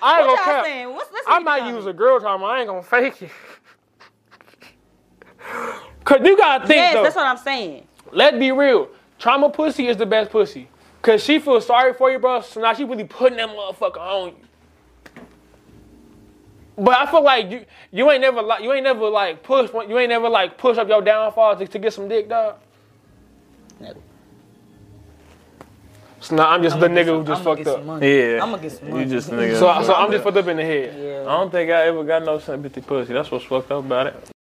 What I ain't gonna y'all cap. saying? What's, let's I read the might comments. use a girl trauma. I ain't gonna fake it. [LAUGHS] Cause you gotta think Yes, though. that's what I'm saying. Let's be real. Trauma pussy is the best pussy. Cause she feels sorry for you, bro. So now she really putting that motherfucker on you. But I feel like you you ain't never like you ain't never like push you ain't never like push up your downfall to, to get some dick, dog. No. So now I'm just the nigga who just fucked up. Yeah. I'm gonna get some money. [LAUGHS] You just nigga. So, so I'm just fucked up in the head. I don't think I ever got no sympathy pussy. That's what's fucked up about it.